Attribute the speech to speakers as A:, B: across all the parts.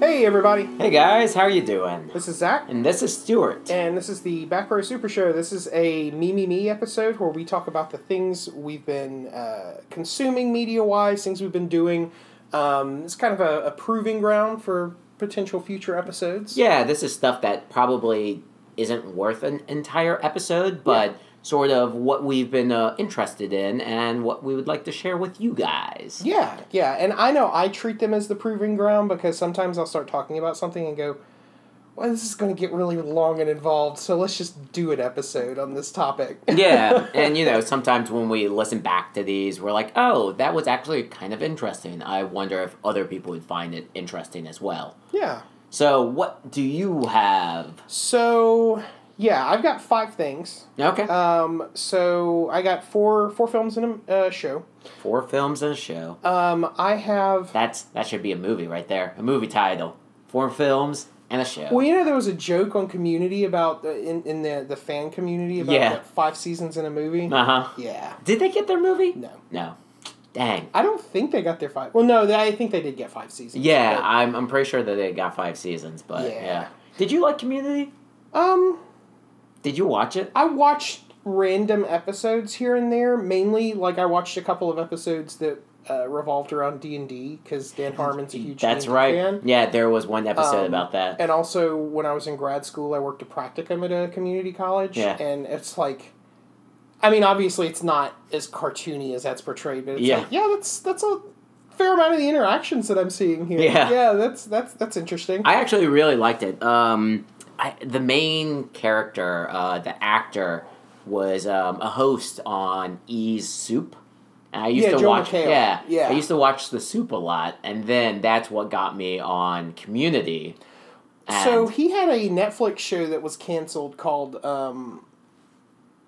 A: Hey, everybody.
B: Hey guys, how are you doing?
A: This is Zach,
B: And this is Stuart.
A: and this is the Back Row Super Show. This is a Me Me Me episode where we talk about the things we've been uh, consuming media wise, things we've been doing. Um, it's kind of a, a proving ground for potential future episodes.
B: Yeah, this is stuff that probably isn't worth an entire episode, but sort of what we've been uh, interested in and what we would like to share with you guys.
A: Yeah, yeah. And I know I treat them as the proving ground because sometimes I'll start talking about something and go, well, this is going to get really long and involved, so let's just do an episode on this topic.
B: yeah, and you know, sometimes when we listen back to these, we're like, oh, that was actually kind of interesting. I wonder if other people would find it interesting as well.
A: yeah.
B: So, what do you have?
A: So, yeah, I've got five things.
B: Okay.
A: Um, so I got four four films in a uh, show.
B: Four films and a show.
A: Um, I have.
B: That's that should be a movie right there. A movie title. Four films and a show.
A: Well, you know, there was a joke on Community about the, in in the the fan community about
B: Yeah.
A: that five seasons in a movie.
B: Uh huh.
A: Yeah,
B: Did they get their movie?
A: no,
B: No. Dang.
A: I don't think they got their five. Well, no, they, I think they did get five seasons.
B: Yeah,
A: but-
B: I'm, I'm pretty sure that they got five seasons, but
A: Yeah.
B: yeah. Did you like Community?
A: um,
B: Did you watch it?
A: I watched random episodes here and there. Mainly, like I watched a couple of episodes that uh, revolved around D and D because Dan Harmon's a huge
B: That's
A: D&D
B: right.
A: fan.
B: Yeah, there was one episode
A: Um,
B: about that.
A: And also, when I was in grad school, I worked a practicum at a community college.
B: Yeah.
A: And it's like, I mean, obviously, it's not as cartoony as that's portrayed, but it's
B: Yeah.
A: like, yeah, that's that's a fair amount of the interactions that I'm seeing here.
B: Yeah.
A: Yeah, that's that's that's interesting.
B: I actually really liked it. Um, I, the main character, uh, the actor, was um, a host on E's Soup. And I used
A: Yeah,
B: to
A: Joe
B: watch,
A: McHale.
B: yeah,
A: Yeah.
B: I used to watch the Soup a lot, and then that's what got me on Community. And
A: so he had a Netflix show that was canceled called. Um,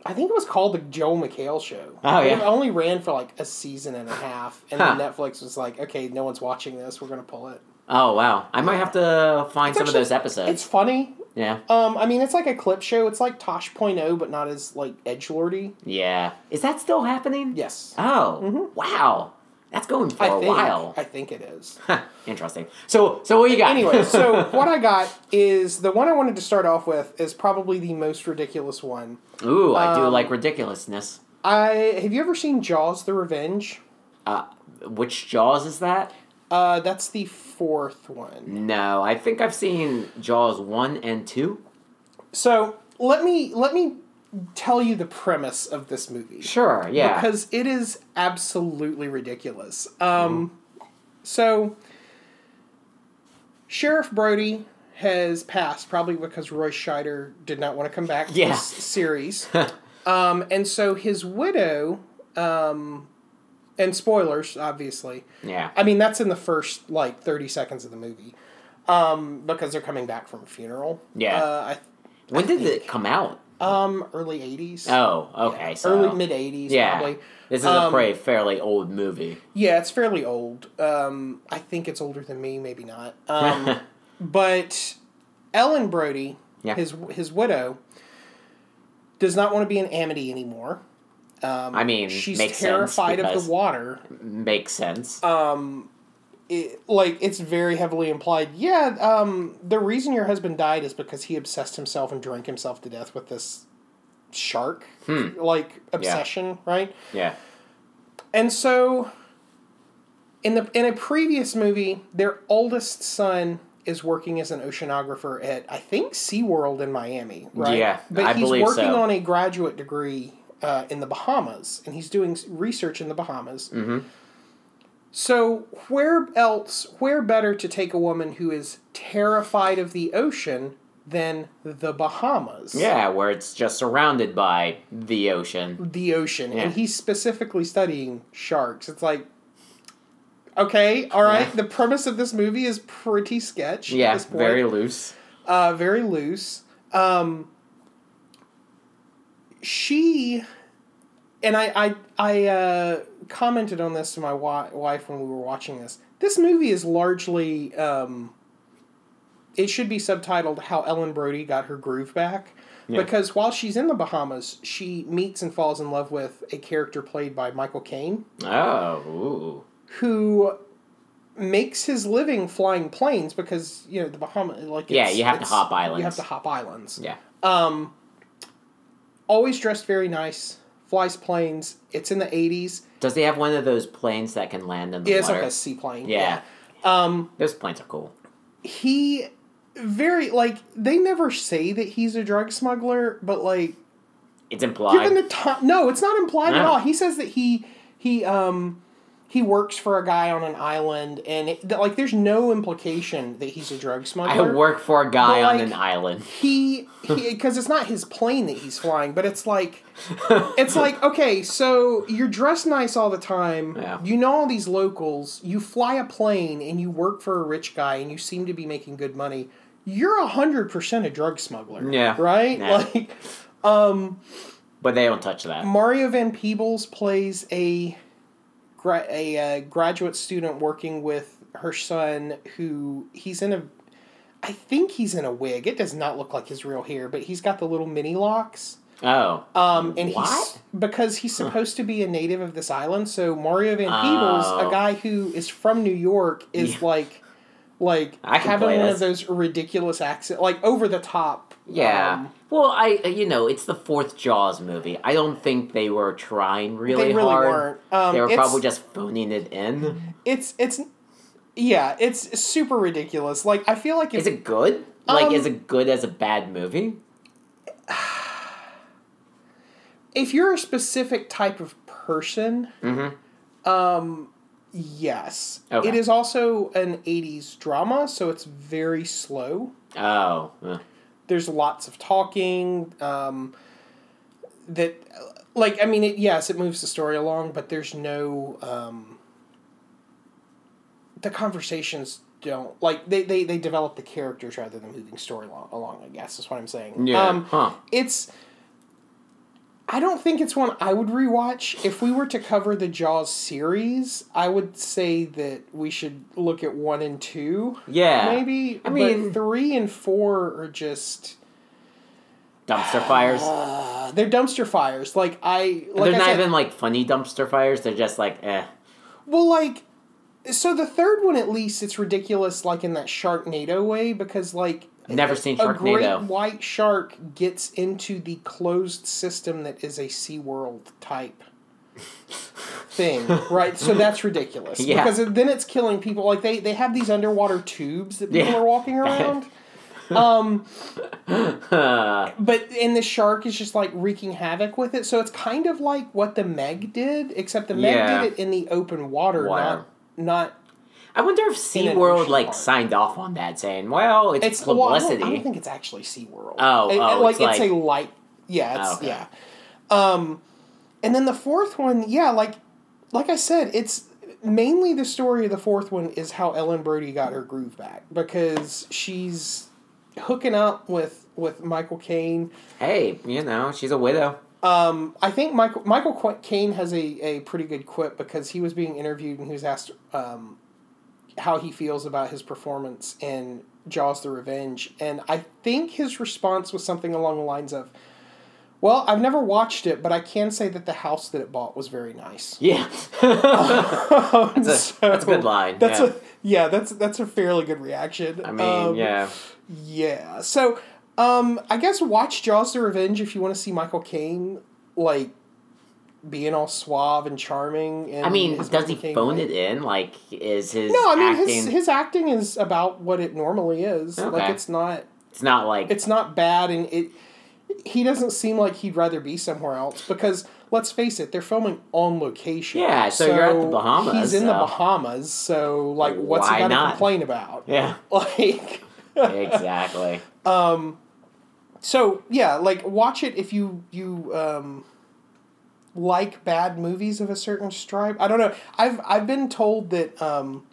A: I think it was called the Joel McHale Show.
B: Oh,
A: And
B: yeah.
A: It only ran for like a season and a half, and
B: Huh.
A: then Netflix was like, "Okay, no one's watching this. We're gonna pull it."
B: oh wow, I might have to find
A: It's
B: some
A: actually-
B: of those episodes.
A: It's funny.
B: yeah,
A: Um, I mean, it's like a clip show. It's like Tosh Point oh, but not as like edge lordy.
B: yeah. Is that still happening?
A: Yes,
B: Oh
A: Mhm.
B: wow, that's going for
A: I
B: a
A: think.
B: while.
A: I think it is.
B: Huh, Interesting. So so what you got?
A: anyway, so what I got is the one I wanted to start off with is probably the most ridiculous one.
B: ooh, I do
A: um,
B: like ridiculousness.
A: I have you ever seen Jaws: The Revenge?
B: Uh, which Jaws is that?
A: Uh, that's the fourth one.
B: No, I think I've seen Jaws one and two.
A: So let me let me tell you the premise of this movie.
B: Sure, yeah,
A: because it is absolutely ridiculous. Um,
B: Mm-hmm.
A: So, Sheriff Brody has passed, probably because Roy Scheider did not want to come back to
B: Yeah.
A: this series. um, and so his widow, um, and spoilers, obviously.
B: yeah,
A: I mean, that's in the first like thirty seconds of the movie, um, because they're coming back from a funeral.
B: Yeah.
A: uh,
B: When did it come out?
A: I, um, early eighties.
B: Oh, okay, so
A: early mid eighties.
B: yeah.
A: probably.
B: This is a
A: Um,
B: pretty fairly old movie.
A: Yeah, it's fairly old. Um, I think it's older than me, maybe not. Um, but Ellen Brody,
B: Yeah.
A: his his widow, does not want to be in Amity anymore.
B: I mean,
A: um, She's
B: makes
A: terrified
B: sense
A: of the uh,
B: because-
A: water.
B: Makes sense.
A: It, like it's very heavily implied. Yeah, um, the reason your husband died is because he obsessed himself and drank himself to death with this shark,
B: Hmm.
A: like obsession, right?
B: yeah,
A: And so in the in a previous movie, their oldest son is working as an oceanographer at I think SeaWorld in Miami, right?
B: Yeah,
A: but
B: I
A: he's
B: believe
A: working
B: so.
A: on a graduate degree uh, in the Bahamas, and he's doing s- research in the Bahamas. Mm-hmm. So where else, where better to take a woman who is terrified of the ocean than the Bahamas?
B: yeah, where it's just surrounded by the ocean.
A: the ocean
B: Yeah.
A: and he's specifically studying sharks it's like okay all right
B: Yeah.
A: the premise of this movie is pretty sketch at
B: Yeah,
A: this point.
B: very loose.
A: uh very loose um she and i i i uh commented on this to my wi- wife when we were watching this this movie is largely um it should be subtitled how ellen brody got her groove back
B: Yeah.
A: because while she's in the bahamas she meets and falls in love with a character played by michael caine
B: Oh, ooh.
A: who makes his living flying planes because you know the Bahama like
B: Yeah,
A: it's-
B: you have to
A: it's-
B: hop islands.
A: You have to hop islands.
B: Yeah.
A: Um, always dressed very nice. Flies planes. It's in the eighties.
B: Does he have one of those planes that can land in the
A: Yeah, it's
B: water?
A: like a seaplane.
B: yeah.
A: Um,
B: Those planes are cool.
A: he very like they never say that he's a drug smuggler, but like
B: It's implied.
A: given the time, no, it's not implied at
B: No.
A: all. He says that he he um he works for a guy on an island, and it, that, like there's no implication that he's a drug
B: I
A: smuggler.
B: work for a guy
A: But,
B: on
A: like-
B: an island.
A: he because it's not his plane that he's flying, but it's like it's like okay, so you're dressed nice all the time.
B: Yeah.
A: You know all these locals. You fly a plane and you work for a rich guy, and you seem to be making good money. You're a hundred percent a drug smuggler.
B: Yeah.
A: Right.
B: Yeah.
A: Like
B: But they don't touch that.
A: Mario Van Peebles plays a gra- a uh, graduate student working with her son who he's in a I think he's in a wig. It does not look like his real hair, but he's got the little mini locks.
B: Oh.
A: Um, and he's
B: What?
A: because he's supposed to be a native of this island. So Mario Van Peebles, a
B: Oh.
A: guy who is from New York, is
B: Yeah.
A: like like
B: I can
A: having
B: play
A: one
B: this.
A: of those ridiculous accent, like over the top.
B: yeah.
A: um,
B: well, I uh, you know it's the fourth Jaws movie. I don't think they were trying really,
A: they really
B: hard.
A: weren't. Um,
B: they were
A: it's- Mm-hmm.
B: probably just phoning it in.
A: it's it's yeah it's super ridiculous like i feel like
B: Is
A: it's
B: it good? Like,
A: Um,
B: is it good as a bad movie?
A: if you're a specific type of person
B: Mhm.
A: um yes
B: Okay.
A: it is also an 80s drama so it's very slow
B: Oh, uh,
A: there's lots of talking um that like i mean it, yes it moves the story along but there's no um the conversations don't like they they, they develop the characters rather than moving story along, along i guess is what i'm saying
B: yeah,
A: um
B: huh?
A: it's I don't think it's one I would rewatch. If we were to cover the Jaws series, I would say that we should look at one and two.
B: Yeah,
A: Maybe
B: I
A: but
B: mean-
A: three and four are just
B: dumpster fires.
A: uh, they're dumpster fires. Like I like
B: They're
A: I
B: not
A: said,
B: even like funny dumpster fires. They're just like, eh.
A: well like so the third one at least it's ridiculous like in that Sharknado way because like
B: Never seen
A: a great
B: Sharknado.
A: white shark gets into the closed system that is a SeaWorld type thing, right? So that's ridiculous.
B: Yeah.
A: Because then it's killing people. Like they, they have these underwater tubes that people
B: Yeah.
A: are walking around. But and the shark is just like wreaking havoc with it. So it's kind of like what the Meg did, except the Meg
B: Yeah.
A: did it in the open water,
B: Water.
A: not not
B: I wonder if
A: In an
B: SeaWorld
A: ocean
B: like
A: park.
B: signed off on that, saying, "Well, it's,
A: it's well, I,
B: publicity."
A: don't, I don't think it's actually SeaWorld.
B: Oh,
A: It-
B: oh,
A: like
B: it's like-
A: a light. Yeah, it's,
B: Oh, okay.
A: yeah. Um, and then the fourth one, yeah, like like I said, it's mainly the story of the fourth one is how Ellen Brody got her groove back because she's hooking up with with Michael Caine.
B: hey, you know, she's a widow.
A: Um, I think Michael Michael Qu- Caine has a, a pretty good quip because he was being interviewed and he was asked um, how he feels about his performance in Jaws: The Revenge, and I think his response was something along the lines of, "Well, I've never watched it, but I can say that the house that it bought was very nice."
B: Yeah.
A: that's,
B: a- that's a good line,
A: That's
B: yeah.
A: a yeah. That's that's a fairly good reaction. Um,
B: I mean, yeah.
A: Yeah. So, um, I guess watch Jaws: The Revenge if you want to see Michael Caine like being all suave and charming. And
B: I mean,
A: his
B: does he
A: Michael Caine
B: phone
A: way.
B: it in? Like, is his
A: No, I mean
B: acting?
A: his his acting is about what it normally is. Like
B: Okay.
A: it's not
B: it's not like
A: it's not bad, and it he doesn't seem like he'd rather be somewhere else because let's face it, they're filming on location.
B: Yeah, so you're at the Bahamas,
A: He's in the
B: so-
A: Bahamas, so like, what's
B: Why
A: he got to
B: not?
A: complain about?
B: yeah,
A: Like.
B: exactly.
A: So yeah, like watch it if you you um, like bad movies of a certain stripe. I don't know. I've I've been told that um,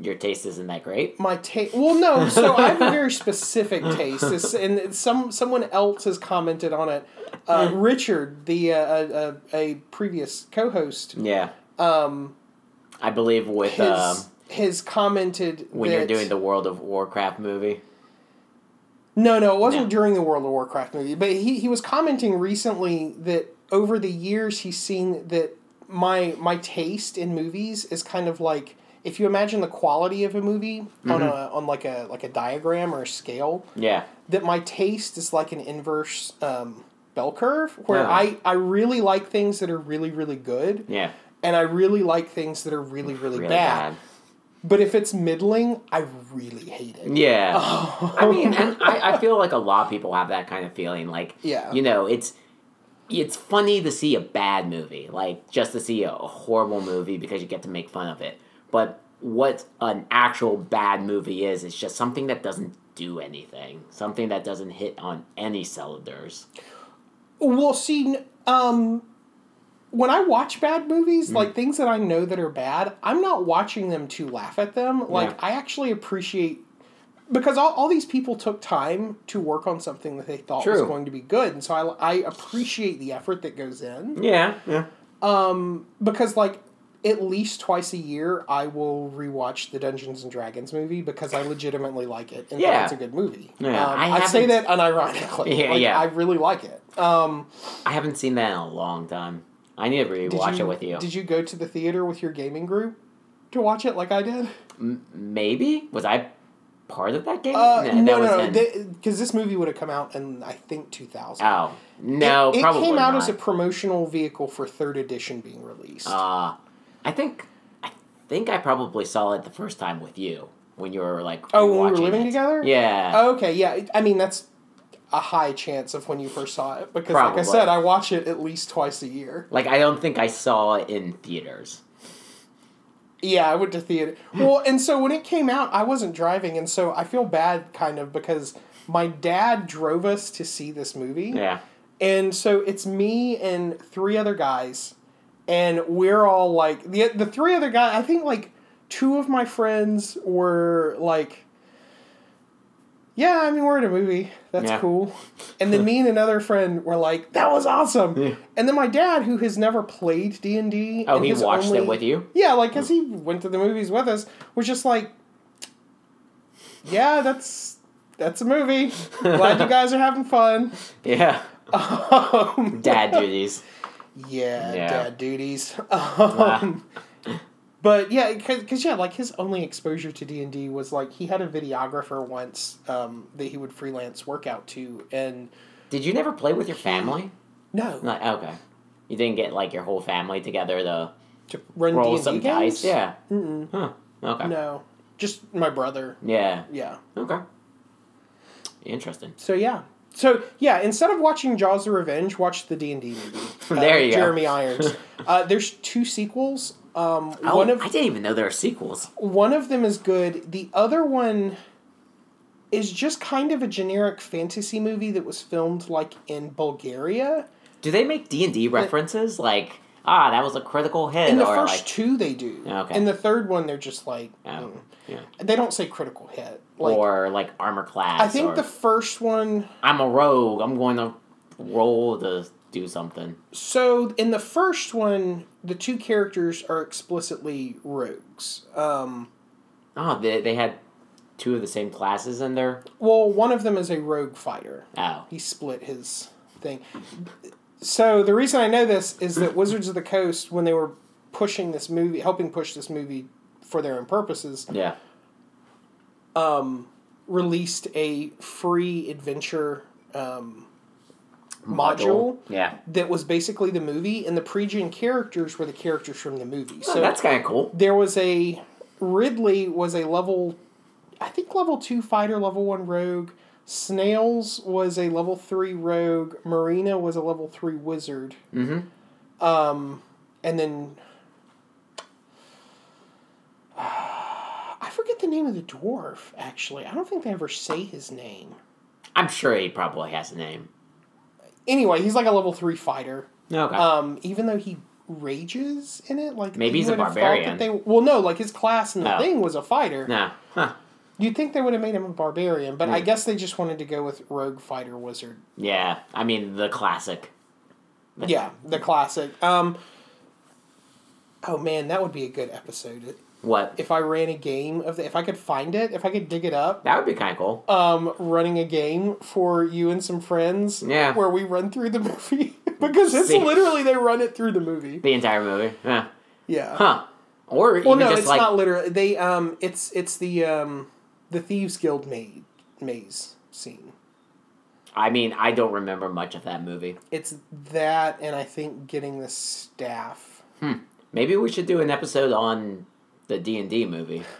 B: Your taste isn't that great.
A: my taste. Well, no. So I have a very specific taste, It's- and it's some someone else has commented on it. Uh,
B: Hmm.
A: Richard, the uh, uh, uh, a previous co-host,
B: Yeah,
A: um,
B: I believe with
A: his
B: um,
A: has commented
B: when
A: that,
B: you're doing the World of Warcraft movie.
A: No, no, it wasn't
B: No.
A: during the World of Warcraft movie, but he, he was commenting recently that over the years he's seen that my my taste in movies is kind of like if you imagine the quality of a movie on a on like a like a diagram or a scale,
B: Yeah.
A: that my taste is like an inverse um, bell curve where
B: Oh.
A: I, I really like things that are really really good
B: Yeah.
A: and i really like things that are really really,
B: Really
A: bad.
B: bad.
A: but if it's middling i really hate it
B: Yeah. I mean, and I, I feel like a lot of people have that kind of feeling. Like,
A: Oh. Yeah.
B: you know, it's it's funny to see a bad movie, like just to see a horrible movie because you get to make fun of it. But what an actual bad movie is, is just something that doesn't do anything, something that doesn't hit on any cylinders.
A: well see n- um, when i watch bad movies
B: Mm.
A: like things that i know that are bad i'm not watching them to laugh at them like
B: Yeah.
A: i actually appreciate because all, all these people took time to work on something that they thought was
B: True.
A: going to be good and so I, I appreciate the effort that goes in
B: Yeah. Yeah.
A: because like at least twice a year I will rewatch the Dungeons and Dragons movie because I legitimately like it and
B: Yeah.
A: think it's a good movie.
B: Yeah,
A: um,
B: I
A: I, say that
B: haven't-
A: unironically.
B: Yeah,
A: like,
B: yeah.
A: I really like it. Um,
B: I haven't seen that in a long time. I need to
A: did
B: rewatch
A: you-
B: it with you.
A: Did you go to the theater with your gaming group to watch it like I did?
B: Maybe was I part of that game?
A: Uh, no,
B: that
A: no, no,
B: in-
A: because this movie would have come out in I think two thousand.
B: oh no,
A: it, it
B: probably
A: came out
B: not.
A: as a promotional vehicle for third edition being released.
B: Uh, I think I think I probably saw it the first time with you when you were like
A: oh, when we were
B: watching
A: living
B: it.
A: together. Oh.
B: Yeah.
A: Okay, yeah. I mean, that's a high chance of when you first saw it because, like I
B: Probably.
A: said, I watch it at least twice a year.
B: Like I don't think I saw it in theaters.
A: Yeah, I went to theater. Well, and so when it came out, I wasn't driving, and so I feel bad kind of because my dad drove us to see this movie.
B: Yeah.
A: And so it's me and three other guys, and we're all like the the three other guys. I think like two of my friends were like, "Yeah, I mean we're in a movie. That's
B: Yeah.
A: cool." And then me and another friend were like, "That was awesome."
B: Yeah.
A: And then my dad, who has never played D and D,
B: Oh, he watched it with you.
A: Yeah, like because he went to the movies with us, was just like, "Yeah, that's." That's a movie. Glad you guys are having fun.
B: Yeah.
A: Um,
B: Dad duties.
A: yeah,
B: Yeah.
A: dad duties. Um, But yeah, because yeah, like his only exposure to D and D was like he had a videographer once um, that he would freelance work out to, and
B: Did you never play with your family?
A: no,
B: Like okay. You didn't get like your whole family together to
A: to run
B: roll
A: D&D
B: some
A: games?
B: dice. Yeah. mm Huh. Okay.
A: no, just my brother.
B: Yeah.
A: Yeah.
B: Okay. Interesting.
A: So yeah. So yeah, instead of watching Jaws: The Revenge, watch the D and D movie. uh,
B: There you go.
A: Jeremy Irons. uh, there's two sequels. Um,
B: Oh,
A: one of
B: I didn't even know there were sequels.
A: one of them is good. The other one is just kind of a generic fantasy movie that was filmed like in Bulgaria.
B: Do they make D and D references? Like, ah, that was a critical hit,
A: In the
B: or
A: first
B: Oh, like,
A: two, they do.
B: Okay.
A: In the third one, they're just like mm.
B: oh, yeah.
A: they don't say critical hit. Like
B: or like armor class.
A: I think
B: or,
A: the first one.
B: I'm a rogue. I'm going to roll to do something.
A: So in the first one, the two characters are explicitly rogues. Um,
B: Oh, they they had two of the same classes in there.
A: well, one of them is a rogue fighter.
B: Oh,
A: he split his thing. So the reason I know this is that Wizards of the Coast, when they were pushing this movie, helping push this movie for their own purposes,
B: yeah.
A: released a free adventure um, module.
B: Yeah.
A: that was basically the movie, and the pregen characters were the characters from the movie.
B: Oh,
A: So
B: that's kind of cool.
A: there was a Ridley was a level, I think level two fighter, level one rogue. Snails was a level three rogue. Marina was a level three wizard. Mm-hmm. Um, and then I forget the name of the dwarf. Actually, I don't think they ever say his name.
B: I'm sure he probably has a name.
A: Anyway, he's like a level three fighter.
B: Okay.
A: Um, even though he rages in it, like
B: Maybe
A: you
B: he's a
A: would have thought That
B: barbarian.
A: they, well, no, like his class and the
B: Oh.
A: thing was a fighter.
B: no. Huh.
A: You'd think they would have made him a barbarian, but I guess they just wanted to go with rogue fighter wizard.
B: Yeah. I mean the classic.
A: Yeah, the classic. Um, oh man, that would be a good episode
B: What?
A: if I ran a game of the, if I could find it, if I could dig it up.
B: That would be kind of cool.
A: Um, running a game for you and some friends.
B: Yeah.
A: where we run through the movie because it's
B: See.
A: literally they run it through the movie.
B: the entire movie. Yeah.
A: Yeah.
B: Huh. or
A: Well,
B: even
A: no,
B: just
A: it's
B: like
A: not literally. They um, it's it's the um, the thieves guild maze maze scene.
B: I mean, I don't remember much of that movie.
A: It's that, and I think getting the staff.
B: Maybe we should do an episode on the D and D movie.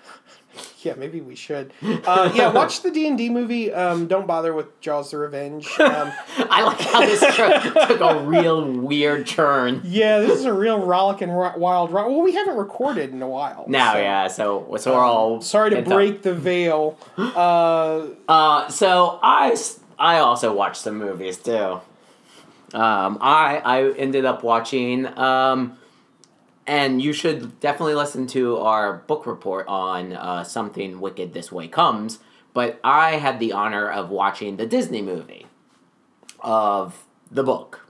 A: Yeah, maybe we should. Uh, yeah, watch the D and D movie. Um, don't bother with Jaws: The Revenge. Um,
B: I like how this tur- took a real weird turn.
A: yeah, this is a real rollicking ro- wild ride. Well, we haven't recorded in a while.
B: Now,
A: so- um,
B: yeah, so so we're all
A: Sorry to
B: pent up.
A: break the veil. Uh,
B: Uh, so I s- I also watched some movies too. Um, I I ended up watching um, and you should definitely listen to our book report on uh, something wicked this way comes. But I had the honor of watching the Disney movie of the book.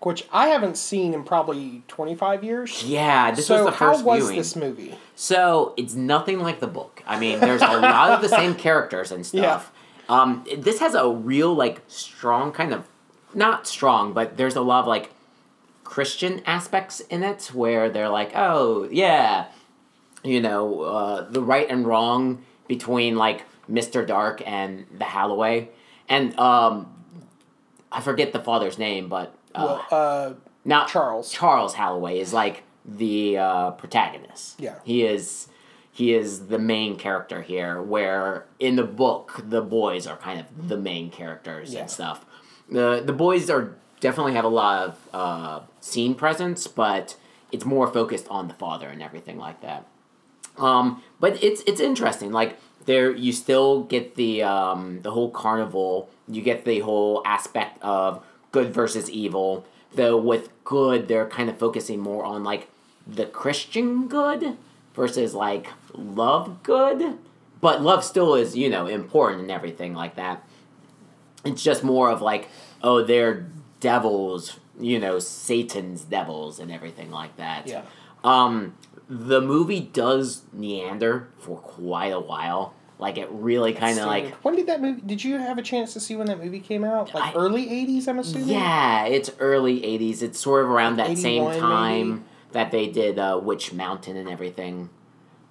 A: which I haven't seen in probably 25 years.
B: Yeah, this
A: so
B: was the
A: how
B: first
A: was
B: viewing.
A: this movie?
B: So it's nothing like the book. I mean, there's a lot of the same characters and stuff. Um, this has a real like strong kind of not strong, but there's a lot of like Christian aspects in it where they're like, oh yeah, you know, uh, the right and wrong between like Mr. Dark and the Halloway, and um, I forget the father's name, but uh,
A: Well, uh,
B: not
A: Charles.
B: Charles Halloway is like the uh, protagonist.
A: Yeah.
B: he is. He is the main character here. Where in the book, the boys are kind of the main characters
A: Yeah.
B: and stuff. The the boys are definitely have a lot of uh, scene presence, but it's more focused on the father and everything like that. Um, but it's it's interesting. Like there, you still get the um, the whole carnival. You get the whole aspect of good versus evil. Though with good, they're kind of focusing more on like the Christian good versus like love good. But love still is you know important and everything like that. It's just more of like oh they're devils, you know Satan's devils and everything like that.
A: yeah.
B: Um, the movie does meander for quite a while. Like it really kind of like
A: when did that movie? Did you have a chance to see when that movie came out? Like
B: I-
A: early '80s, I'm assuming.
B: yeah, it's early '80s. It's sort of around that same
A: 81 maybe?
B: time that they did uh, Witch Mountain and everything.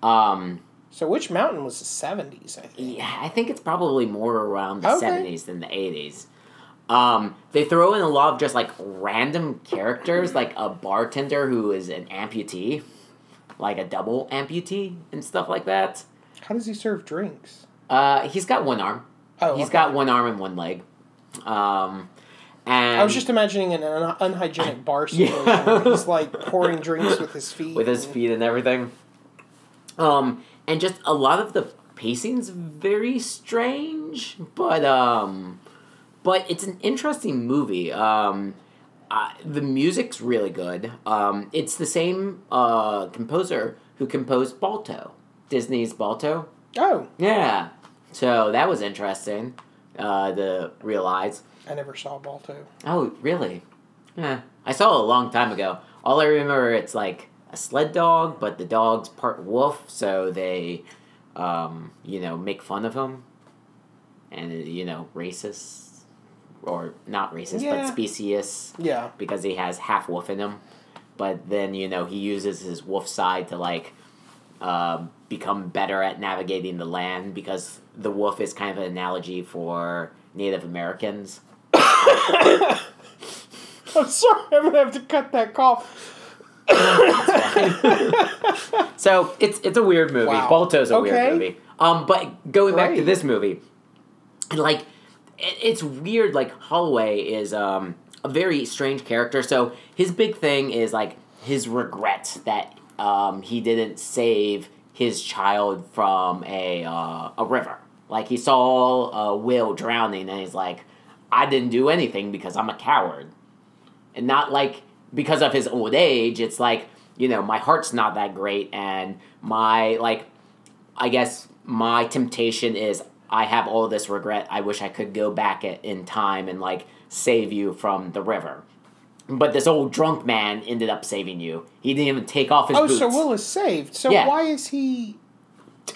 B: Um,
A: So Witch Mountain was the '70s, I think.
B: yeah, I think it's probably more around the
A: Okay.
B: '70s than the '80s. Um, they throw in a lot of just like random characters, like a bartender who is an amputee, like a double amputee and stuff like that.
A: How does he serve drinks?
B: Uh, he's got one arm.
A: Oh,
B: He's
A: okay.
B: got one arm and one leg. Um, and
A: I was just imagining an un- unhygienic bar
B: Yeah.
A: situation. where He's like pouring drinks with his feet.
B: with his
A: and-
B: feet and everything. Um, and just a lot of the pacing's very strange, but um, but it's an interesting movie. Um, I, the music's really good. Um, it's the same uh, composer who composed Balto, Disney's Balto.
A: Oh,
B: Yeah, so that was interesting uh, to realize.
A: I never saw Balto.
B: Oh, really? Yeah. I saw it a long time ago. All I remember it's like a sled dog, but the dog's part wolf, so they um, you know, make fun of him. And you know, racist or not racist,
A: Yeah.
B: but specious
A: Yeah.
B: because he has half wolf in him. But then, you know, he uses his wolf side to like um become better at navigating the land because the wolf is kind of an analogy for Native Americans.
A: I'm sorry. I'm gonna have to cut that cough.
B: So it's it's a weird movie.
A: Wow.
B: Balto's a
A: Okay.
B: weird movie. Um, but going back to
A: Great.
B: this movie, and like it, it's weird. Like Holloway is um a very strange character. So his big thing is like his regret that um he didn't save his child from a uh, a river. Like he saw uh, Will drowning, and he's like, I didn't do anything because I'm a coward and not like because of his old age it's like you know my heart's not that great and my like i guess my temptation is i have all this regret i wish i could go back at, in time and like save you from the river but this old drunk man ended up saving you he didn't even take off his
A: Oh,
B: boots
A: so Will is saved. So
B: Yeah.
A: why is he?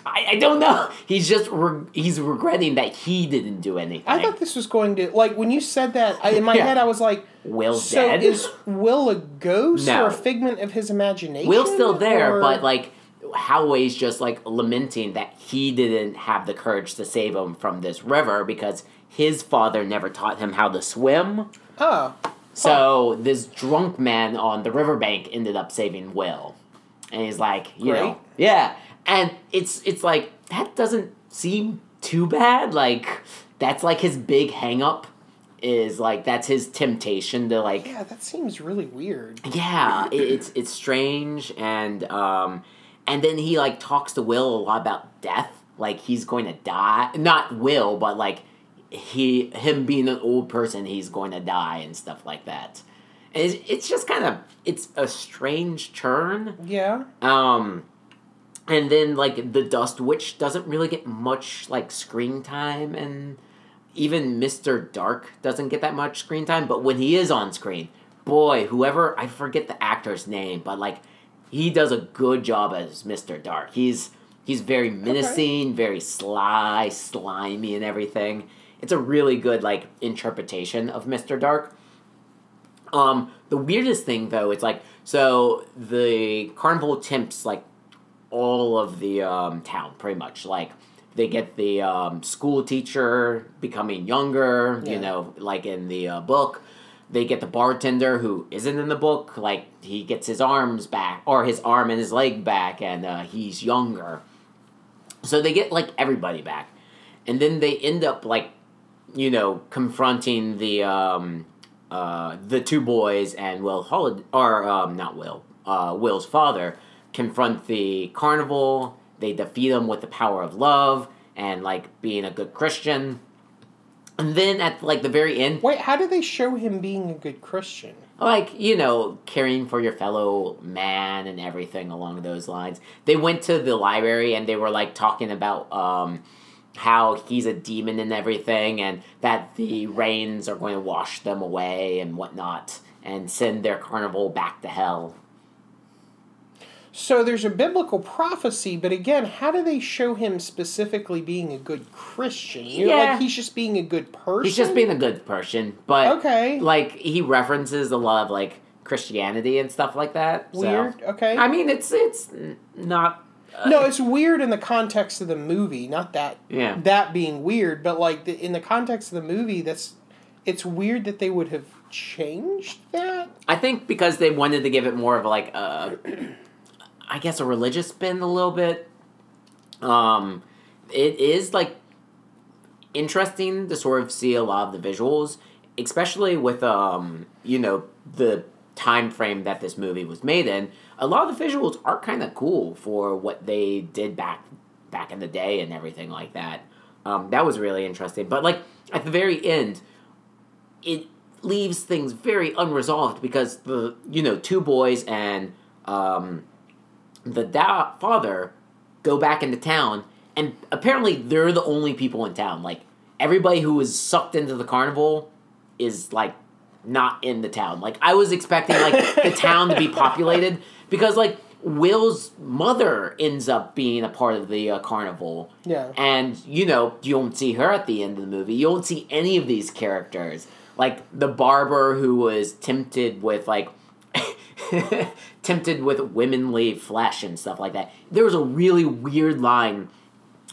B: I, I don't know he's just re- he's regretting that he didn't do anything
A: I thought this was going to like when you said that I, in my
B: Yeah.
A: head. I was like,
B: will's
A: so
B: dead
A: is Will a ghost
B: No.
A: or a figment of his imagination?
B: Will's still there,
A: or-
B: but like Holloway's just like lamenting that he didn't have the courage to save him from this river because his father never taught him how to swim.
A: Oh.
B: So this drunk man on the riverbank ended up saving Will, and he's like, you
A: Great.
B: know, yeah, and it's it's like that doesn't seem too bad. Like that's like his big hang up is like that's his temptation to like
A: Yeah, that seems really weird.
B: yeah it, it's it's strange and um and then he like talks to will a lot about death like he's going to die not will but like he him being an old person he's going to die and stuff like that and it's, it's just kind of it's a strange turn
A: Yeah.
B: um, and then like the Dust Witch doesn't really get much like screen time, and even Mister Dark doesn't get that much screen time. But when he is on screen, boy, whoever I forget the actor's name, but like he does a good job as Mister Dark. He's he's very menacing, very sly, slimy, and everything. It's a really good like interpretation of Mister Dark. Um, the weirdest thing though, it's like so the carnival tempts like all of the um, town pretty much. Like they get the um, school teacher becoming younger,
A: Yeah.
B: you know, like in the uh, book. They get the bartender who isn't in the book. Like he gets his arms back or his arm and his leg back, and uh, he's younger. So they get like everybody back, and then they end up like you know, confronting the um, uh, the two boys and Will Holiday, or um, not Will, uh, Will's father, confront the carnival. They defeat them with the power of love and like being a good Christian. And then at like the very end,
A: Wait, how do they show him being a good Christian?
B: like you know, caring for your fellow man and everything along those lines. They went to the library and they were like talking about um, how he's a demon and everything, and that the rains are going to wash them away and whatnot, and send their carnival back to hell.
A: So there's a biblical prophecy, but again, how do they show him specifically being a good Christian? You know,
B: Yeah.
A: like he's just being a good person.
B: He's just being a good person, but
A: Okay.
B: like he references a lot of like Christianity and stuff like that. so-
A: weird. Okay.
B: I mean, it's it's n- not.
A: no, it's weird in the context of the movie, not that
B: Yeah.
A: that being weird, but like the, in the context of the movie, that's it's weird that they would have changed that.
B: I think because they wanted to give it more of like a, I guess a religious spin a little bit. Um, it is like interesting to sort of see a lot of the visuals, especially with um, you know, the time frame that this movie was made in. A lot of the visuals are kind of cool for what they did back back in the day and everything like that. Um, that was really interesting. But like at the very end, it leaves things very unresolved because the you know two boys and um, the da- father go back into town and apparently they're the only people in town like everybody who was sucked into the carnival is like not in the town like i was expecting like the town to be populated because like will's mother ends up being a part of the uh, carnival
A: Yeah.
B: and you know you don't see her at the end of the movie you don't see any of these characters like the barber who was tempted with like tempted with womanly flesh and stuff like that there was a really weird line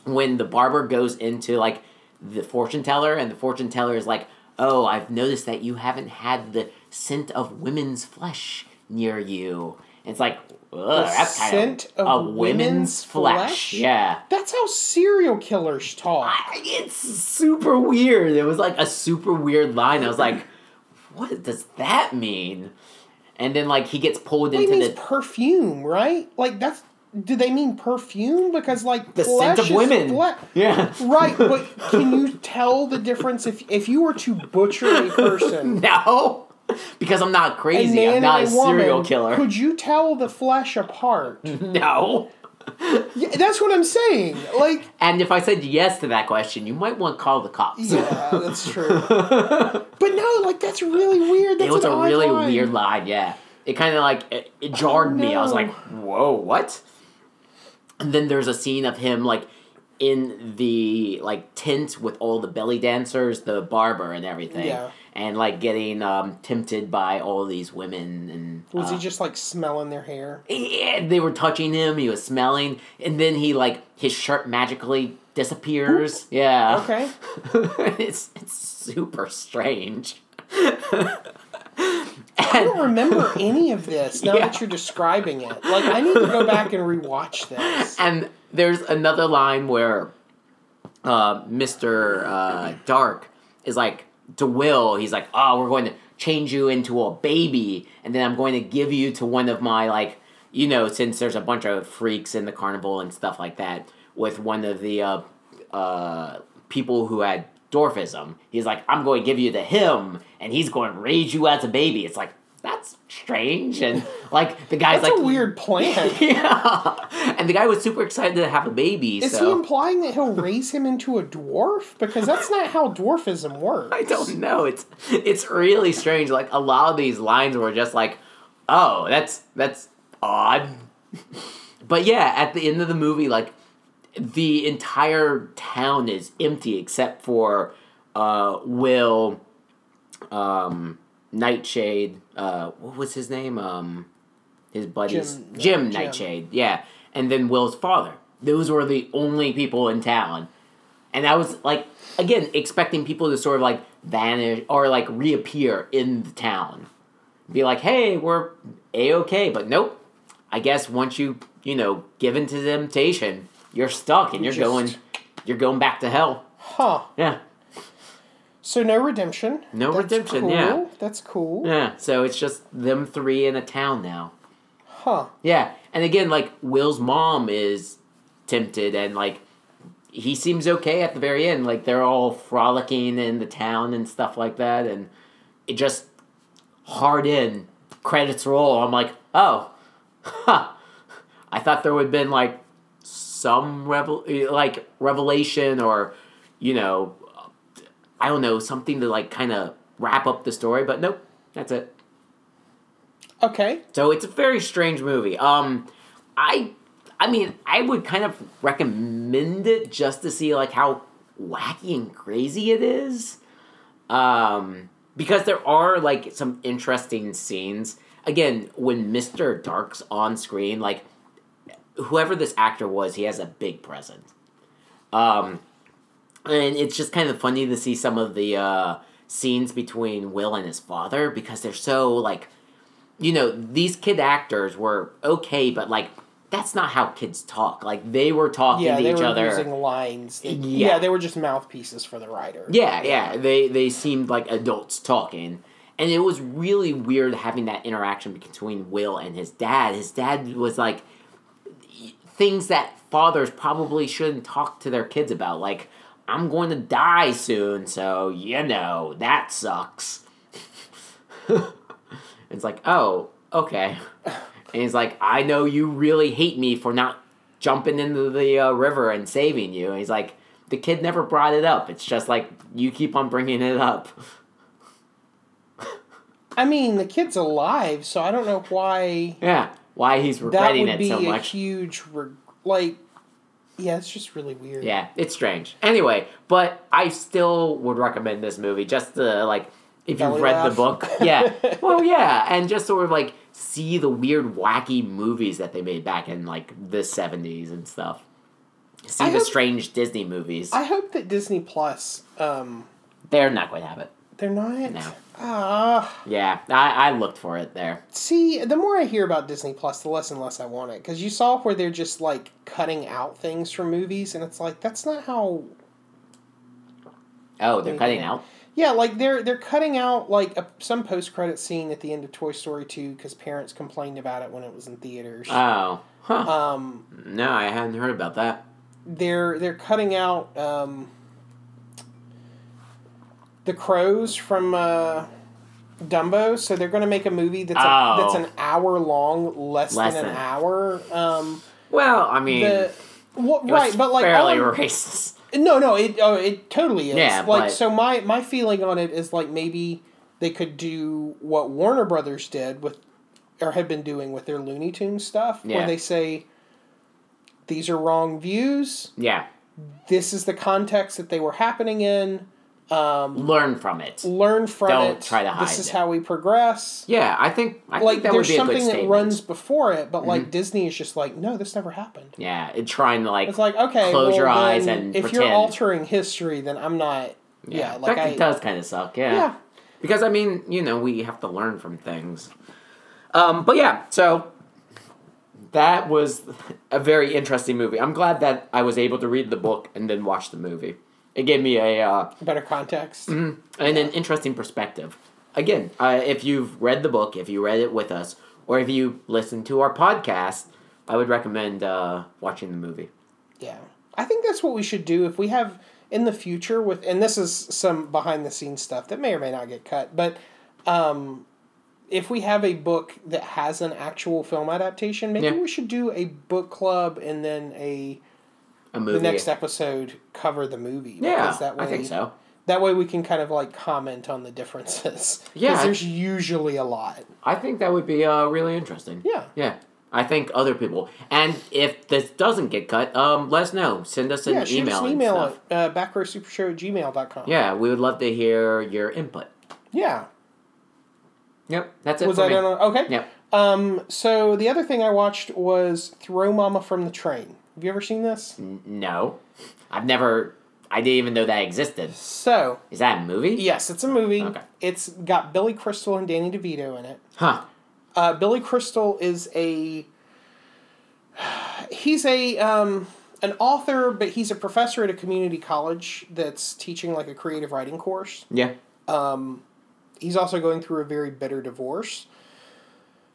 B: when the barber goes into like the fortune teller and the fortune teller is like oh i've noticed that you haven't had the scent of women's flesh near you And it's like Ugh, that's kind
A: scent of
B: a
A: women's
B: women's
A: flesh?
B: flesh yeah
A: That's how serial killers talk.
B: I- it's super weird. It was like a super weird line. I was like, what does that mean? And then like he gets pulled
A: It
B: into
A: means
B: the
A: perfume, right? Like that's. Do they mean perfume? Because like
B: the scent of
A: is
B: women.
A: fle-
B: yeah.
A: Right, but can you tell the difference if if you were to butcher a person,
B: No. Because I'm not
A: a
B: crazy.
A: man
B: I'm not a
A: and a woman,
B: serial killer. Mm.
A: could you tell the flesh apart?
B: No.
A: yeah, that's what I'm saying. Like,
B: And if I said yes to that question, you might want to call the cops.
A: yeah, that's true. but no, like that's really weird. That's
B: it was
A: an
B: a
A: odd
B: really
A: line.
B: weird line. Yeah, it kind of like it, it jarred me. I was
A: no.
B: like, "Whoa, what?" And then there's a scene of him like in the like tent with all the belly dancers, the barber, and everything,
A: Yeah.
B: and like getting um, tempted by all these women and
A: Was
B: uh,
A: he just like smelling their hair?
B: yeah, they were touching him. He was smelling, and then he like his shirt magically disappears. Yeah.
A: Okay.
B: it's it's super strange.
A: I don't remember any of this now
B: Yeah.
A: that you're describing it. Like I need to go back and rewatch this.
B: And there's another line where uh, Mr. Uh, Dark is like to Will, he's like, "Oh, we're going to change you into a baby, and then I'm going to give you to one of my like, you know, since there's a bunch of freaks in the carnival and stuff like that, with one of the uh, uh, people who had." Dwarfism. He's like, I'm going to give you to him, and he's going to raise you as a baby. It's like that's strange, and like the guy's
A: That's
B: like,
A: a weird plan.
B: yeah. And the guy was super excited to have a baby,
A: Is he
B: so
A: implying that he'll raise him into a dwarf? Because that's not how dwarfism works.
B: I don't know. It's it's really strange. Like a lot of these lines were just like, "Oh, that's that's odd." but yeah, at the end of the movie like the entire town is empty except for uh Will um Nightshade, uh what was his name? Um his buddies
A: Jim-
B: Jim,
A: uh, Jim.
B: Nightshade, yeah, and then Will's father. Those were the only people in town, and I was like, again, expecting people to sort of like vanish or like reappear in the town, be like, hey, we're a okay, but nope. I guess once you you know give in to temptation, you're stuck and you're
A: Just-
B: going, you're going back to hell.
A: Huh.
B: Yeah,
A: So no redemption.
B: No redemption,
A: Cool.
B: yeah.
A: That's cool.
B: yeah. So it's just them three in a town now.
A: Huh.
B: Yeah, and again, like Will's mom is tempted, and like he seems okay at the very end. Like they're all frolicking in the town and stuff like that, and it just hard in credits roll. I'm like, oh, huh. I thought there would have been like some revel eh, like revelation or you know, I don't know something to like kind of wrap up the story, but nope, that's it.
A: Okay.
B: So it's a very strange movie. Um, I, I mean, I would kind of recommend it just to see like how wacky and crazy it is. Um, because there are like some interesting scenes. Again, when Mister Dark's on screen, like whoever this actor was, he has a big presence. Um, and it's just kind of funny to see some of the uh, scenes between Will and his father because they're so like you know, these kid actors were okay, but like that's not how kids talk. Like they were talking
A: Yeah,
B: to
A: they
B: each
A: were
B: other.
A: using lines. that- yeah.
B: Yeah.
A: they were just mouthpieces for the writer.
B: yeah, yeah. They they seemed like adults talking. And it was really weird having that interaction between Will and his dad. His dad was like things that fathers probably shouldn't talk to their kids about, like I'm going to die soon, so you know, that sucks. it's like, "Oh, okay." And he's like, I know you really hate me for not jumping into the uh, river and saving you. And he's like, the kid never brought it up. It's just like, you keep on bringing it up.
A: I mean, the kid's alive, so I don't know why
B: Yeah. Why he's
A: that
B: regretting
A: would
B: it
A: be
B: so
A: a
B: much.
A: huge reg- like. Yeah, it's just really weird.
B: Yeah, it's strange. Anyway, but I still would recommend this movie just to like if you've
A: Belly
B: read
A: laugh.
B: the book. Yeah. well, yeah, and just sort of like see the weird wacky movies that they made back in like the 70s and stuff. See
A: I
B: the
A: hope-
B: strange Disney movies.
A: I hope that Disney Plus, um,
B: They're not going to have it.
A: they're not.
B: No.
A: Ah.
B: Yeah, I, I looked for it there.
A: See, the more I hear about Disney Plus, the less and less I want it. Because you saw where they're just like cutting out things from movies, and it's like that's not how.
B: Oh, they're cutting out.
A: Yeah, like they're they're cutting out like a, some post credit scene at the end of Toy Story two because parents complained about it when it was in theaters.
B: Oh, huh?
A: um,
B: No, I hadn't heard about that.
A: they're they're cutting out um, the crows from uh, Dumbo, so they're going to make a movie that's a,
B: Oh.
A: that's an hour long, less,
B: Less
A: than an
B: than-
A: hour. Um,
B: Well, I mean,
A: the well,
B: it was
A: right, but like
B: fairly
A: all I'm-
B: racist.
A: no, no, it oh, it totally is.
B: Yeah,
A: like
B: but-
A: so my my feeling on it is like maybe they could do what Warner Brothers did with or have been doing with their Looney Tunes stuff,
B: Yeah.
A: where they say these are wrong views,
B: Yeah,
A: this is the context that they were happening in. Um,
B: Learn from it.
A: learn from
B: Don't
A: it.
B: try to hide
A: This is
B: it.
A: how we progress.
B: Yeah, I think I
A: Like
B: think that would
A: there's
B: be a good
A: something that
B: statement. Mm-hmm.
A: runs before it, but like Disney is just like, no, this never happened.
B: yeah, and trying to like,
A: It's like okay,
B: Close
A: well,
B: your eyes
A: then
B: and
A: if you're
B: pretend.
A: altering history, then I'm not. Yeah, like
B: that
A: I
B: does kind of suck. Yeah.
A: Yeah.
B: because I mean, you know, we have to learn from things. Um, but yeah, so that was a very interesting movie. I'm glad that I was able to read the book and then watch the movie. It gave me a uh,
A: better context.
B: and an interesting perspective. Again, uh, if you've read the book, if you read it with us, or if you listen to our podcast, I would recommend uh, watching the movie.
A: Yeah, I think that's what we should do if we have in the future with, and this is some behind the scenes stuff that may or may not get cut, but um, if we have a book that has an actual film adaptation, maybe
B: Yeah.
A: we should do a book club and then a
B: A movie.
A: the next episode cover the movie.
B: yeah,
A: because that way,
B: I think so.
A: That way we can kind of like comment on the differences.
B: Yeah,
A: because
B: I-
A: there's usually a lot.
B: I think that would be uh, really interesting.
A: Yeah.
B: Yeah. I think other people. And if this doesn't get cut, um, let us know. Send us an
A: yeah, shoot
B: email.
A: us an
B: and
A: email
B: stuff.
A: at uh, backrowsupershow at gmail.com.
B: Yeah, we would love to hear your input.
A: Yeah.
B: Yep, that's it.
A: Was
B: for
A: that
B: me.
A: done on, okay?
B: Yep.
A: Um, so the other thing I watched was Throw Mama from the Train. Have you ever seen this?
B: N- No, I've never. I didn't even know that existed.
A: So,
B: Is that a movie?
A: yes, it's a movie.
B: Okay.
A: It's got Billy Crystal and Danny DeVito in it.
B: Huh.
A: Uh, Billy Crystal is a he's a um, an author, but he's a professor at a community college that's teaching like a creative writing course.
B: Yeah.
A: He's also going through a very bitter divorce.